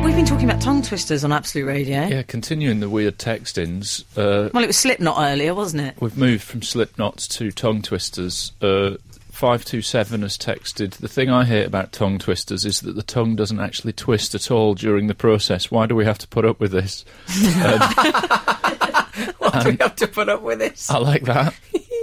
S3: We've been talking about tongue twisters on Absolute Radio.
S4: Yeah, continuing the weird textings. Uh,
S3: Well, it was Slipknot earlier, wasn't it?
S4: We've moved from Slipknot to tongue twisters. Uh, 527 has texted The thing I hate about tongue twisters is that the tongue doesn't actually twist at all during the process. Why do we have to put up with this?
S5: what do we have to put up with this?
S4: I like that.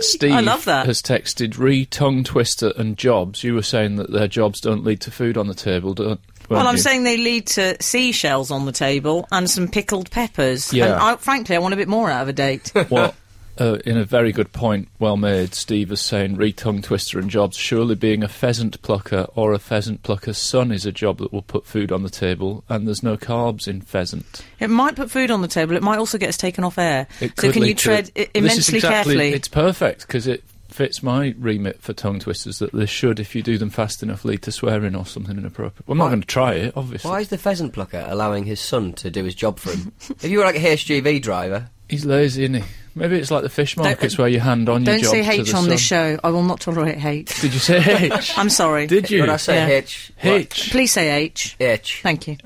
S4: Steve
S3: I love that.
S4: has texted re tongue twister and jobs. You were saying that their jobs don't lead to food on the table, don't
S3: Well,
S4: weren't
S3: I'm
S4: you?
S3: saying they lead to seashells on the table and some pickled peppers.
S4: Yeah.
S3: And I, frankly, I want a bit more out of a date.
S4: Well, uh, in a very good point, well made, Steve is saying re tongue twister and jobs. Surely being a pheasant plucker or a pheasant plucker's son is a job that will put food on the table, and there's no carbs in pheasant.
S3: it might put food on the table. It might also get us taken off air.
S4: It
S3: so
S4: could
S3: can
S4: lead
S3: you
S4: to-
S3: tread i-
S4: This is
S3: immensely
S4: exactly-
S3: carefully?
S4: It's perfect because it fits my remit for tongue twisters that they should, if you do them fast enough, lead to swearing or something inappropriate. Well, I'm not going to try it, obviously.
S5: Why is the pheasant plucker allowing his son to do his job for him? if you were like a HGV driver,
S4: He's lazy, isn't he? Maybe it's like the fish markets where you hand on your
S3: Don't
S4: job
S3: say
S4: to
S3: H
S4: the
S3: on this
S4: sun.
S3: show. I will not tolerate hate.
S4: Did you say H?
S3: I'm sorry.
S4: Did you?
S5: when I say
S3: Yeah.
S5: H, what?
S4: H.
S3: Please say H.
S5: H.
S3: Thank you.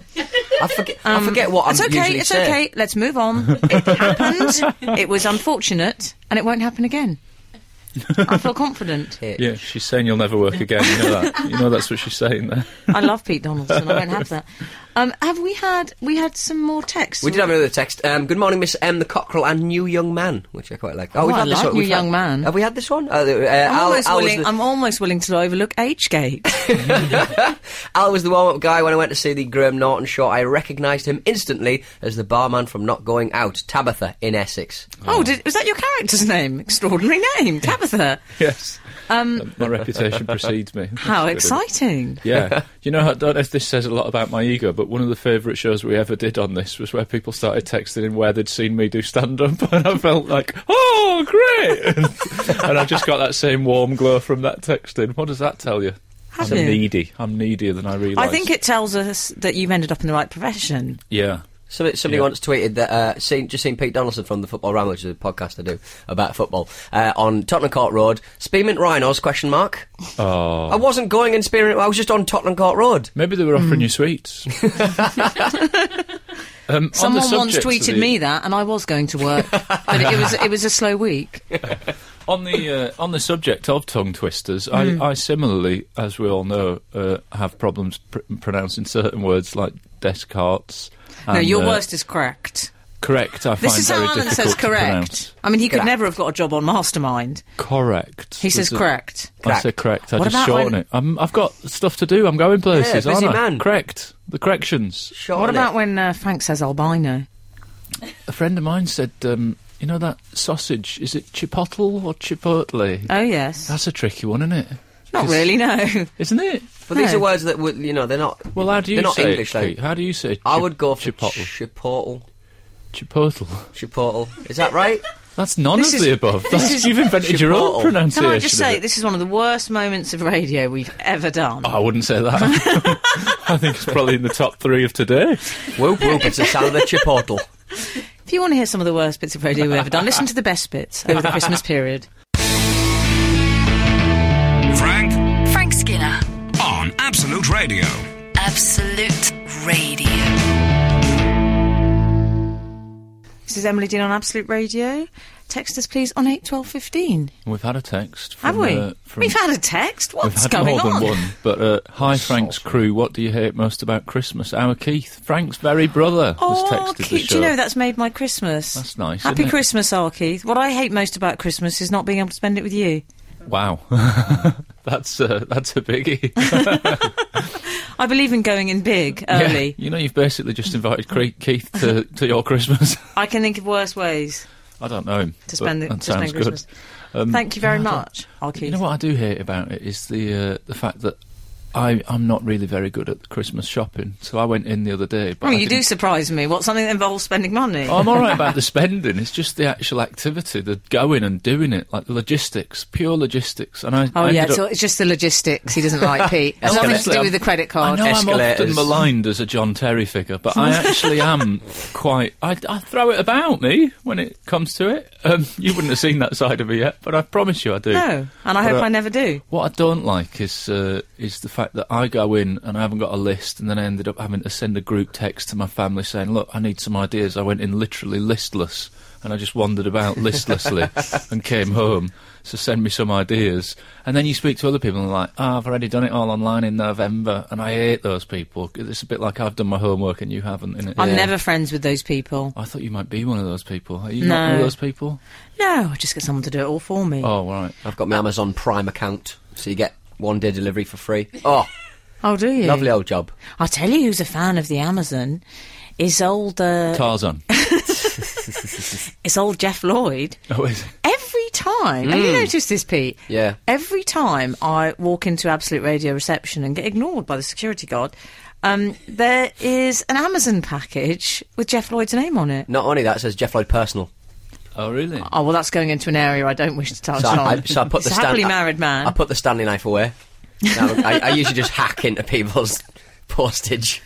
S5: I forget. I forget what I'm
S3: Um, it's okay.
S5: usually
S3: It's
S5: saying.
S3: okay. Let's move on. It happened. It was unfortunate, and it won't happen again. I feel confident.
S4: Yeah, she's saying you'll never work again. You know that. you know that's what she's saying there.
S3: I love Pete Donaldson. I won't have that. Um, have we had? We had some more texts.
S5: We did have another text. Um, good morning, Miss M, the Cockerel, and New Young Man, which I quite like. Oh,
S3: I like New
S5: We've had-
S3: Young Man. Oh,
S5: Have we had this one? Uh, uh,
S3: I'm
S5: Al,
S3: almost
S5: Al was
S3: willing.
S5: the,
S3: I'm almost willing to overlook H Gate.
S5: Al was the warm-up guy when I went to see the Graham Norton show. I recognised him instantly as the barman from Not Going Out, Tabitha in Essex.
S3: oh, did, was that your character's name? Extraordinary name, Tabitha.
S4: Yes. Um, my reputation precedes me.
S3: How
S4: That's good.
S3: exciting!
S4: Yeah. you know, I don't know if this says a lot about my ego, but one of the favourite shows we ever did on this was where people started texting in where they'd seen me do stand up, and I felt like, oh, great! and I just got that same warm glow from that texting. What does that tell you?
S3: Have
S4: I'm
S3: you?
S4: needy. I'm needier than I realised.
S3: I think it tells us that you've ended up in the right profession.
S4: Yeah.
S5: Somebody, somebody
S4: Yeah.
S5: once tweeted that uh, seen, just seen Pete Donaldson from the Football Ramble, which is a podcast I do about football, uh, on Tottenham Court Road. Spearmint rhinos? Question mark.
S4: Oh.
S5: I wasn't going in Spearmint. I was just on Tottenham Court Road.
S4: Maybe they were offering
S3: Hmm.
S4: you sweets. um, on the
S3: Someone once
S4: subject of
S3: tweeted
S4: the-
S3: me that, and I was going to work, but it was it was a slow week.
S4: on the uh, on the subject of tongue twisters,
S3: Hmm.
S4: I, I similarly, as we all know, uh, have problems pr- pronouncing certain words like Descartes.
S3: No,
S4: and,
S3: your
S4: uh,
S3: worst is correct.
S4: Correct. I
S3: This
S4: find
S3: is
S4: very
S3: how Alan
S4: difficult
S3: says
S4: to pronounce.
S3: correct. I mean, he could
S5: Correct.
S3: never have got a job on Mastermind.
S4: Correct.
S3: He says
S4: There's a-
S3: correct.
S4: I say correct. I
S3: What
S4: just
S3: about
S4: shorten
S3: when-
S4: it. I'm, I've got stuff to do. I'm going places,
S5: busy
S4: aren't I?
S5: man.
S4: Correct. The corrections.
S5: Short
S3: what
S5: on
S3: about
S5: it.
S3: when uh, Frank says albino?
S4: A friend of mine said, um, you know that sausage? Is it chipotle or chipotle?
S3: Oh yes,
S4: That's a tricky one, isn't it?
S3: not
S4: 'Cause-
S3: really. No.
S4: Isn't it?
S5: But these
S3: No.
S5: are words that would you know they're not.
S4: Well, how do you
S5: they're not
S4: say it,
S5: English. though.
S4: Pete? How do you say?
S5: I
S4: chip-
S5: would go for
S4: chipotle.
S5: chipotle.
S4: Chipotle.
S5: Chipotle. Is that right?
S4: That's none
S3: This
S4: of
S3: is-
S4: the above. That's, you've invented your
S5: Chipotle.
S4: own pronunciation.
S3: Can I just
S4: of
S3: say
S4: it.
S3: this is one of the worst moments of radio we've ever done?
S4: Oh, I wouldn't say that. I think it's probably in the top three of today.
S5: whoop whoop. It's a sound of chipotle.
S3: If you want to hear some of the worst bits of radio we've ever done, listen to the best bits over the Christmas period.
S2: Frank
S1: Frank Skinner.
S2: on Absolute Radio.
S1: Absolute Radio.
S3: This is Emily Dean on Absolute Radio. Text us please on eight twelve fifteen.
S4: We've had a text. From,
S3: Have we?
S4: Uh, from,
S3: We've had a text.
S4: we've
S3: What's
S4: had
S3: going
S4: more
S3: on?
S4: than one. But uh, hi, Frank's crew. What do you hate most about Christmas? Our Keith, Frank's very brother,
S3: Oh,
S4: has texted the
S3: Keith, do
S4: show.
S3: you know that's made my Christmas?
S4: That's nice,
S3: Happy
S4: isn't it?
S3: Christmas, R. Keith. What I hate most about Christmas is not being able to spend it with you.
S4: Wow, that's uh, that's a biggie.
S3: I believe in going in big early.
S4: Yeah, you know, you've basically just invited Cre- Keith to, to your Christmas.
S3: I can think of worse ways
S4: I don't know him.
S3: to spend,
S4: but
S3: it,
S4: that
S3: to
S4: sounds
S3: spend
S4: good. Um,
S3: Christmas. Thank you very much, R. Keith.
S4: You know what I do hate about it is the uh, the fact that I, I'm not really very good at Christmas shopping, so I went in the other day. But
S3: Oh,
S4: I
S3: you do
S4: didn't-
S3: surprise me. What something that involves spending money?
S4: Oh, I'm all right about the spending. It's just the actual activity, the going and doing it, like the logistics, pure logistics. And I,
S7: Oh
S4: I
S7: yeah,
S4: ended
S7: it's,
S4: up-
S7: all- it's just the logistics. He doesn't like Pete. It's nothing to
S4: Honestly,
S7: do
S4: I'm-
S7: with the credit
S4: I
S7: card.
S4: know I'm
S5: Escalators.
S4: often maligned as a John Terry figure, but I actually am quite. I, I throw it about me when it comes to it. Um, you wouldn't have seen that side of me yet, but I promise you I do.
S3: no, and I hope
S4: But, uh,
S3: I never do.
S4: What I don't like is uh, is the fact that I go in and I haven't got a list, and then I ended up having to send a group text to my family saying, "Look, I need some ideas." I went in literally listless, and I just wandered about listlessly and came home. So send me some ideas, and then you speak to other people and they're like, "Ah, I've already done it all online in November," and I hate those people. 'Cause It's a bit like I've done my homework and you haven't. In it,
S3: I'm never friends with those people.
S4: I thought you might be one of those people. Are you not one of
S3: No.
S4: those people?
S3: No, I just get someone to do it all for me.
S4: Oh, right.
S5: I've got my Amazon Prime account, so you get one day delivery for free. Oh,
S3: Oh, do you?
S5: lovely old job.
S3: I'll tell you who's a fan of the Amazon is old uh,
S4: Tarzan.
S3: is old Jeff Lloyd.
S4: oh, is it?
S3: Every time, have you noticed this, Pete?
S5: Mm. Yeah.
S3: Every time I walk into Absolute Radio reception and get ignored by the security guard, um, there is an Amazon package with Jeff Lloyd's name on it.
S5: Not only that, it says Jeff Lloyd personal.
S4: Oh, really?
S3: Oh well, that's going into an area I don't wish to touch
S5: So
S3: on.
S5: I, I, so I put
S3: He's
S5: the
S3: a happily
S5: Stan- I-
S3: married man.
S5: I put the Stanley knife away. Now, I, I usually just hack into people's postage.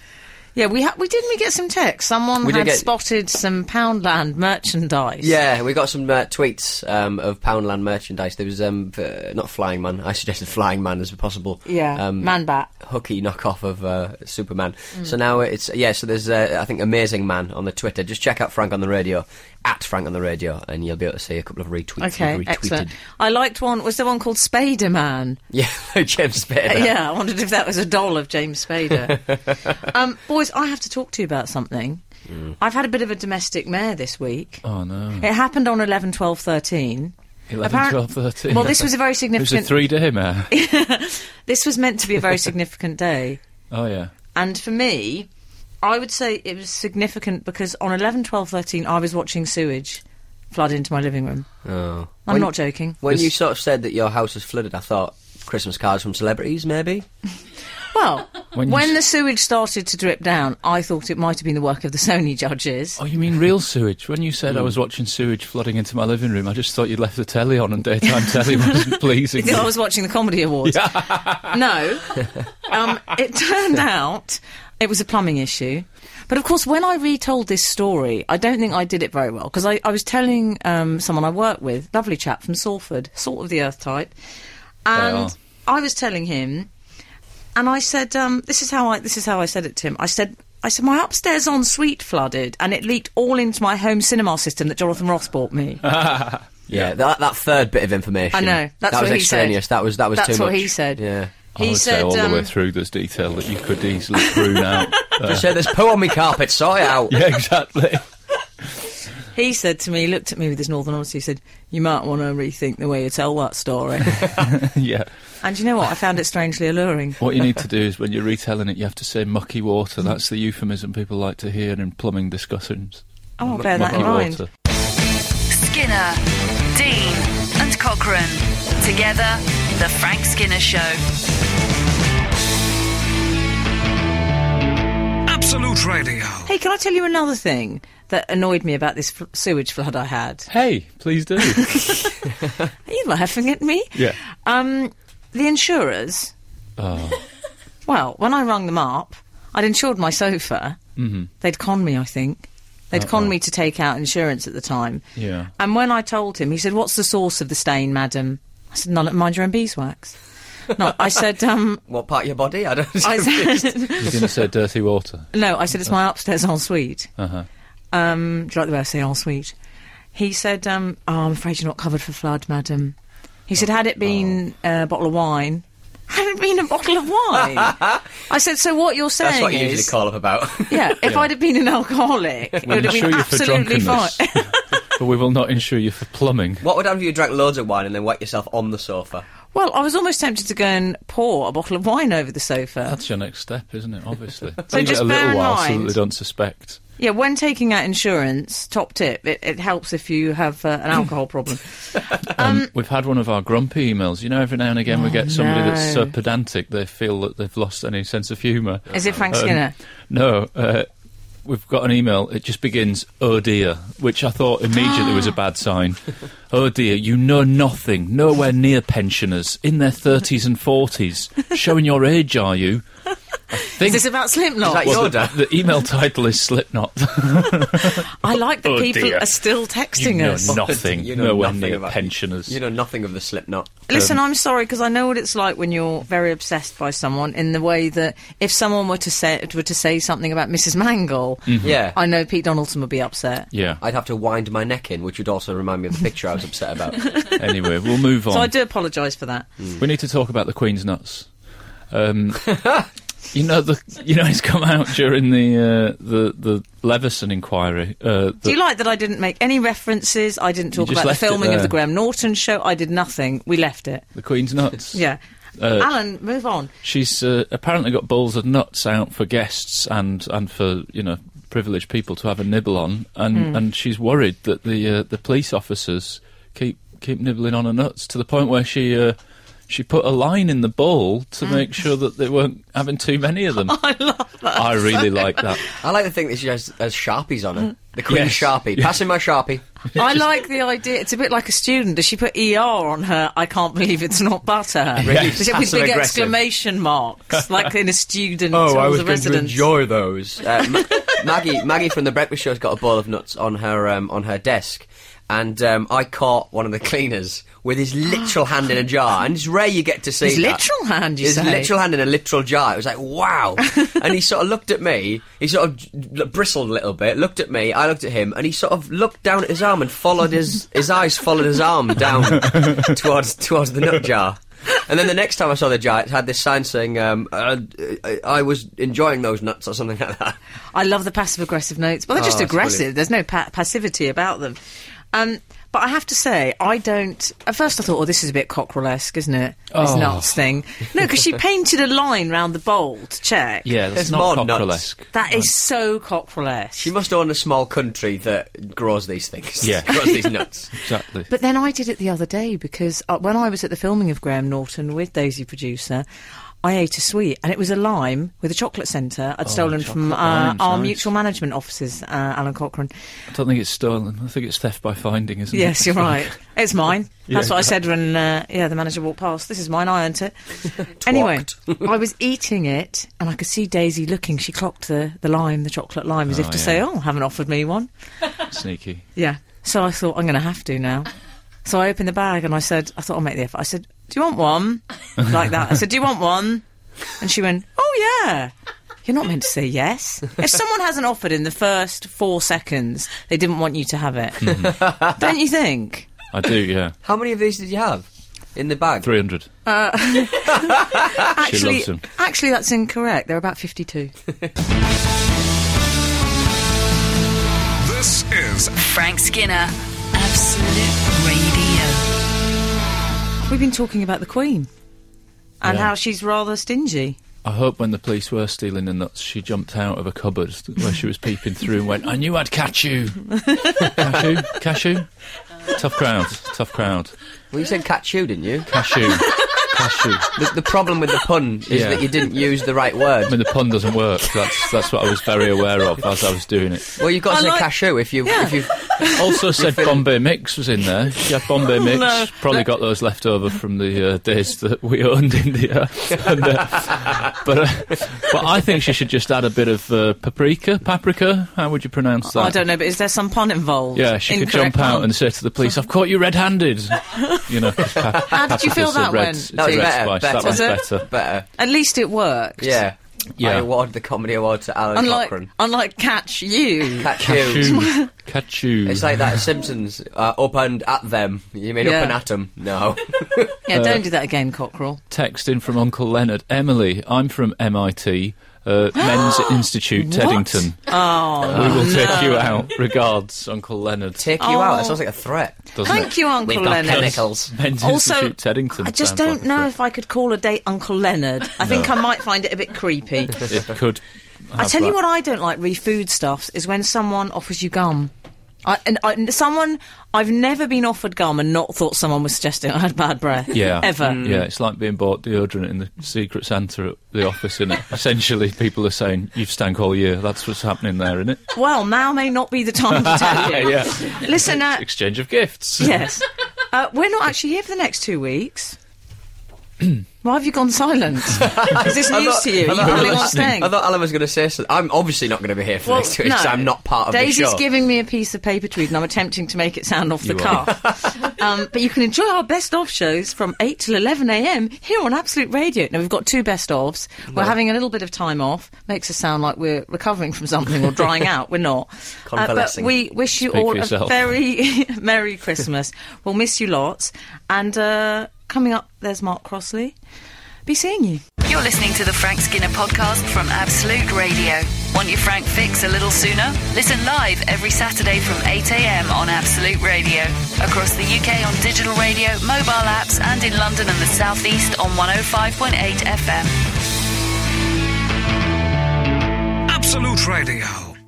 S3: yeah, we ha- we didn't we get some text. Someone
S5: We did
S3: had
S5: get-
S3: spotted some Poundland merchandise.
S5: Yeah, we got some uh, tweets um, of Poundland merchandise. There was um, uh, not Flying Man. I suggested Flying Man as possible.
S3: yeah,
S5: um,
S3: man bat.
S5: hooky knockoff of uh, Superman.
S3: Mm.
S5: So now it's yeah. So there's uh, I think Amazing Man on the Twitter. Just check out Frank on the radio at Frank on the radio, and you'll be able to see a couple of retweets.
S3: Okay,
S5: we've retweeted.
S3: excellent. I liked one. Was there one called Spader Man?
S5: Yeah, James Spader.
S3: Yeah, I wondered if that was a doll of James Spader. um, boys, I have to talk to you about something. I've had a bit of a domestic mare this week.
S4: Oh no.
S3: It happened on 11, 12, 13.
S4: 11,
S3: Apparent-
S4: 12, 13.
S3: Well, this was a very
S4: It was a
S3: significant.
S4: three day mare.
S3: this was meant to be a very significant day.
S4: oh, yeah.
S3: And for me, I would say it was significant because on 11, 12, 13, I was watching sewage flood into my living room.
S5: Oh.
S3: I'm
S5: When-
S3: not joking.
S5: When you sort of said that your house was flooded, I thought Christmas cards from celebrities, maybe.
S3: Well,
S4: When
S3: when,
S4: you s-
S3: the sewage started to drip down, I thought it might have been the work of the Sony judges.
S4: Oh, you mean real sewage? When you said I
S3: Mm.
S4: was watching sewage flooding into my living room, I just thought you'd left the telly on and daytime telly wasn't pleasing.
S3: I was watching the Comedy Awards. no. Um, it turned out it was a plumbing issue. But of course, when I retold this story, I don't think I did it very well because I, I was telling um, someone I work with, lovely chap from Salford, sort of the earth type,
S4: are.
S3: and I was telling him, and I said, um, "This is how I this is how I said it to him." I said. I said, my upstairs ensuite flooded and it leaked all into my home cinema system that Jonathan Ross bought me.
S5: Yeah, that, that third bit of information.
S3: I know. That's
S5: that was
S3: what he said.
S5: extraneous. That was that was
S3: That's
S5: too much.
S3: what he said.
S5: Yeah.
S4: I would say all
S3: um,
S4: the way through there's detail that you could easily prune out. Uh,
S5: Just said there's poo on me carpet. Sort it out.
S4: yeah, exactly.
S3: He said to me, he looked at me with his northern honesty, he said, You might want to rethink the way you tell that story.
S4: yeah.
S3: and you know what? I found it strangely alluring.
S4: What you need to do is when you're retelling it, you have to say mucky water.
S3: Mm.
S4: That's the euphemism people like to hear in plumbing discussions.
S3: Oh, I'll bear that in
S4: mucky
S3: mind.
S4: water.
S1: Skinner, Dean, and Cochrane. Together, The Frank Skinner Show.
S2: Absolute Radio.
S3: Hey, can I tell you another thing that annoyed me about this fl- sewage flood I had?
S4: Hey, please do.
S3: Are you laughing at me?
S4: yeah.
S3: Um, the insurers. Oh. Well, when I rung them up, I'd insured my sofa.
S4: Mm-hmm.
S3: mm They'd conned me, I think. They'd conned me to take out insurance at the time.
S4: Yeah.
S3: And when I told him, he said, "What's the source of the stain, madam?" I said, "None. Mind your own beeswax." No, I said, um,
S5: What part of your body? I don't.
S3: I said,
S4: You didn't say dirty water.
S3: no, I said it's my upstairs ensuite.
S4: Uh-huh.
S3: Um, do you like the way I say ensuite? He said, um, oh, I'm afraid you're not covered for flood, madam. He said, had it been uh, a bottle of wine, had it been a bottle of wine. I said, so what you're saying
S5: That's what you
S3: is,
S5: usually call up about.
S3: yeah, if I'd have been an alcoholic, it
S4: We'll
S3: would have
S4: insure
S3: been
S4: you for
S3: absolutely fine.
S4: drunkenness. but we will not insure you for plumbing.
S5: What would happen if you drank loads of wine and then wet yourself on the sofa?
S3: Well, I was almost tempted to go and pour a bottle of wine over the sofa.
S4: That's your next step, isn't it? Obviously.
S3: So
S4: Leave
S3: just
S4: it a
S3: bear
S4: little
S3: in
S4: while so that
S3: mind-
S4: they don't suspect.
S3: Yeah, when taking out insurance, top tip, it, it helps if you have uh, an alcohol problem.
S4: Um, We've had one of our grumpy emails. You know, every now and again we get somebody that's so
S3: Oh, no.
S4: pedantic they feel that they've lost any sense of humour.
S3: Is it Frank
S4: Um,
S3: Skinner?
S4: no, uh, we've got an email. It just begins, "Oh dear," which I thought immediately was a bad sign. oh dear, you know nothing, nowhere near pensioners in their thirties and forties, showing your age, are you? I
S3: Is
S4: think
S3: this about Slipknot?
S5: Is that
S4: well,
S5: your
S4: the,
S5: dad?
S4: the email title is Slipknot.
S3: I like that
S4: Oh,
S3: people
S4: dear.
S3: are still texting
S4: you know
S3: us.
S4: nothing,
S5: You know
S4: nowhere
S5: nothing
S4: near
S5: about-
S4: pensioners.
S5: You know nothing of the Slipknot.
S3: Listen, I'm sorry because I know what it's like when you're very obsessed by someone. In the way that if someone were to say were to say something about Mrs. Mangle,
S4: Mm-hmm.
S5: Yeah.
S3: I know Pete Donaldson would be upset.
S4: yeah.
S5: I'd have to wind my neck in, which would also remind me of the picture I was upset about.
S4: anyway, we'll move on.
S3: So I do apologise for that.
S4: We need to talk about the Queen's nuts. Um, you know the you know it's come out during the uh, the the Leveson inquiry. Uh, that
S3: Do you like that I didn't make any references? I didn't talk
S4: just
S3: about the
S4: left it
S3: filming of
S4: there.
S3: the Graham Norton show. I did nothing. We left it.
S4: the Queen's nuts.
S3: Yeah.
S4: Uh,
S3: Alan, move on.
S4: she's uh, apparently got bowls of nuts out for guests and and for you know privileged people to have a nibble on, and
S3: Hmm.
S4: and she's worried that the uh, the police officers keep keep nibbling on her nuts to the point where she. Uh, she put a line in the bowl
S3: Ah.
S4: to make sure that they weren't having too many of them. I love that. I really like that.
S5: I like to think that she has, has Sharpies on her. The Queen's
S4: Yes.
S5: Sharpie.
S4: Yeah.
S5: Passing my Sharpie.
S3: I like the idea. It's a bit like a student. Does she put ER on her? I can't believe it's not butter.
S5: Really
S3: Does it with
S5: passive
S3: big
S5: aggressive.
S3: exclamation marks, like in a student
S4: Oh,
S5: Oh,
S3: or a resident.
S5: those. Uh, Ma- Maggie, Maggie from the Breakfast Show's got a bowl of nuts on her um, on her desk, and um, I caught one of the cleaners with his literal hand in a jar. And it's rare you get to see
S3: His
S5: that.
S3: literal hand, you
S5: his
S3: say?
S5: literal hand in a literal jar. It was like wow. and he sort of looked at me. He sort of j- l- bristled a little bit. Looked at me. I looked at him, and he sort of looked down at his arm and followed his his eyes followed his arm down towards towards the nut jar. And then the next time I saw the jar, it had this sign saying, um, uh, I, I was enjoying those nuts or something like that.
S3: I love the passive aggressive notes. Well, they're
S5: Oh,
S3: just
S5: that's
S3: aggressive.
S5: brilliant.
S3: There's no pa- passivity about them. Um, but I have to say, I don't. At first, I thought, "Oh, this is a bit Cockerel-esque, isn't it?" This
S4: Oh.
S3: nuts thing. No, because she painted a line round the bowl to check.
S4: Yeah, that's
S5: It's
S4: not
S5: more nuts.
S4: Cockerel-esque.
S3: That is so Cockerel-esque.
S5: She must own a small country that grows these things.
S4: Yeah.
S5: grows these nuts.
S4: Exactly.
S3: But then I did it the other day because uh, when I was at the filming of Graham Norton with Daisy Producer, I ate a sweet and it was a lime with a chocolate centre I'd stolen from uh,
S4: Oh, chocolate limes,
S3: our
S4: nice.
S3: mutual management offices, uh, Alan Cochrane.
S4: I don't think it's stolen. I think it's theft by finding, isn't it?
S3: Yes, you're right. It's mine. That's
S4: Yeah.
S3: what I said when uh, yeah the manager walked past. This is mine. I earned it. anyway, I was eating it and I could see Daisy looking. She clocked the, the lime, the chocolate lime, as if
S4: Oh,
S3: to
S4: yeah.
S3: say, "Oh, haven't offered me one."
S4: Sneaky.
S3: Yeah. So I thought, I'm going to have to now. So I opened the bag and I said, I thought I'll make the effort. I said, Do you want one? Like that. I said, Do you want one? And she went, Oh, yeah. You're not meant to say yes. If someone hasn't offered in the first four seconds, they didn't want you to have it.
S4: Hmm.
S3: Don't you think?
S4: I do, yeah.
S5: How many of these did you have in the bag?
S4: 300.
S3: Uh, Actually,
S4: loves them.
S3: actually, that's incorrect. They're about 52.
S2: This is
S1: Frank Skinner, Absolute Radio.
S3: We've been talking about the Queen and
S4: Yeah.
S3: how she's rather stingy.
S4: I hope when the police were stealing the nuts, she jumped out of a cupboard where she was peeping through and went, I knew I'd catch you. cashew? Cashew? Tough crowd. Tough crowd.
S5: Well, you said cashew, didn't you?
S4: Cashew. Cashew.
S5: The, the problem with the pun is
S4: Yeah.
S5: that you didn't use the right
S4: I mean,
S5: word.
S4: the pun doesn't work. That's that's what I was very aware of as I was doing it.
S5: Well, you've got to
S3: I
S5: say
S3: like-
S5: cashew if you
S3: Yeah.
S5: if you've
S4: Also said Bombay Mix was in there. Yeah, Bombay Mix.
S3: no.
S4: Probably got those left over from the uh, days that we owned India. And, uh, but uh, but I think she should just add a bit of uh, paprika. Paprika. How would you pronounce that?
S3: I don't know, but is there some pun involved?
S4: Yeah, she could
S3: Incorrect
S4: jump out
S3: pun.
S4: and say to the police, "I've caught you red-handed." You know. 'cause Pa-
S3: How did you
S4: paprika's
S3: feel
S4: a
S3: that
S4: red,
S3: one?
S4: it's
S5: That was
S4: a red
S5: better,
S4: spice.
S5: better.
S4: That
S3: Was
S4: one's better.
S5: better.
S3: At least it worked.
S5: Yeah. I
S4: Yeah.
S5: award the comedy award to Alan
S3: Unlike,
S5: Cochrane.
S3: unlike catch you.
S5: Cashew.
S4: Cashew. Cashew.
S5: It's like that Simpsons uh, up and at them. You mean
S3: Yeah.
S5: up and at 'em? No. Uh,
S3: Yeah, don't do that again, Cockerel.
S4: text in from Uncle Leonard. Emily, I'm from MIT. uh, Men's Institute, Teddington.
S3: Oh,
S4: we will take you out. Regards, Uncle Leonard.
S5: Take you out.
S3: Oh.
S5: That sounds like a threat.
S4: doesn't
S3: thank
S4: it?
S3: you, Uncle
S5: We've got
S3: Leonard.
S5: chemicals.
S4: Men's
S3: Also,
S4: Institute, Teddington.
S3: I just
S4: sounds like
S3: don't
S4: a
S3: know
S4: threat.
S3: if I could call a date Uncle Leonard. I think I might find it a bit creepy.
S4: It could.
S3: I
S4: have
S3: tell you
S4: that.
S3: what I don't like re foodstuffs is when someone offers you gum. I, and, I, and someone I've never been offered gum and not thought someone was suggesting I had bad breath.
S4: Yeah. Mm.
S3: ever.
S4: Yeah, it's like being bought deodorant in the secret Santa at the office, is it? Essentially, people are saying, you've stank all year. That's what's happening there, isn't it?
S3: Well, now may not be the time to tell you.
S4: yeah.
S3: Listen, uh,
S4: Exchange of gifts.
S3: yes, uh, we're not actually here for the next two weeks. Why have you gone silent? is this news to you? Are you planning on staying?
S5: I thought Alan was going to say something. I'm obviously not going to be here for
S3: Well,
S5: next week, so I'm not part of
S3: Daisy's
S5: the show.
S3: giving me a piece of paper to read, and I'm attempting to make it sound off the
S4: You are.
S3: cuff. um, but you can enjoy our best of shows from 8 till 11 a.m. here on Absolute Radio. Now, we've got two best ofs. We're having a little bit of time off. Makes us sound like we're recovering from something or drying out. We're not. Uh, but
S5: Convalescing.
S3: we wish you
S4: Speak for
S3: all a
S4: yourself.
S3: very Merry Christmas. we'll miss you lots. And uh, coming up, there's Mark Crossley. Be seeing you.
S1: You're listening to the Frank Skinner podcast from Absolute Radio. Want your Frank fix a little sooner? Listen live every Saturday from 8 a.m. on Absolute Radio. Across the UK on digital radio, mobile apps, and in London and the South East on 105.8 FM.
S2: Absolute Radio.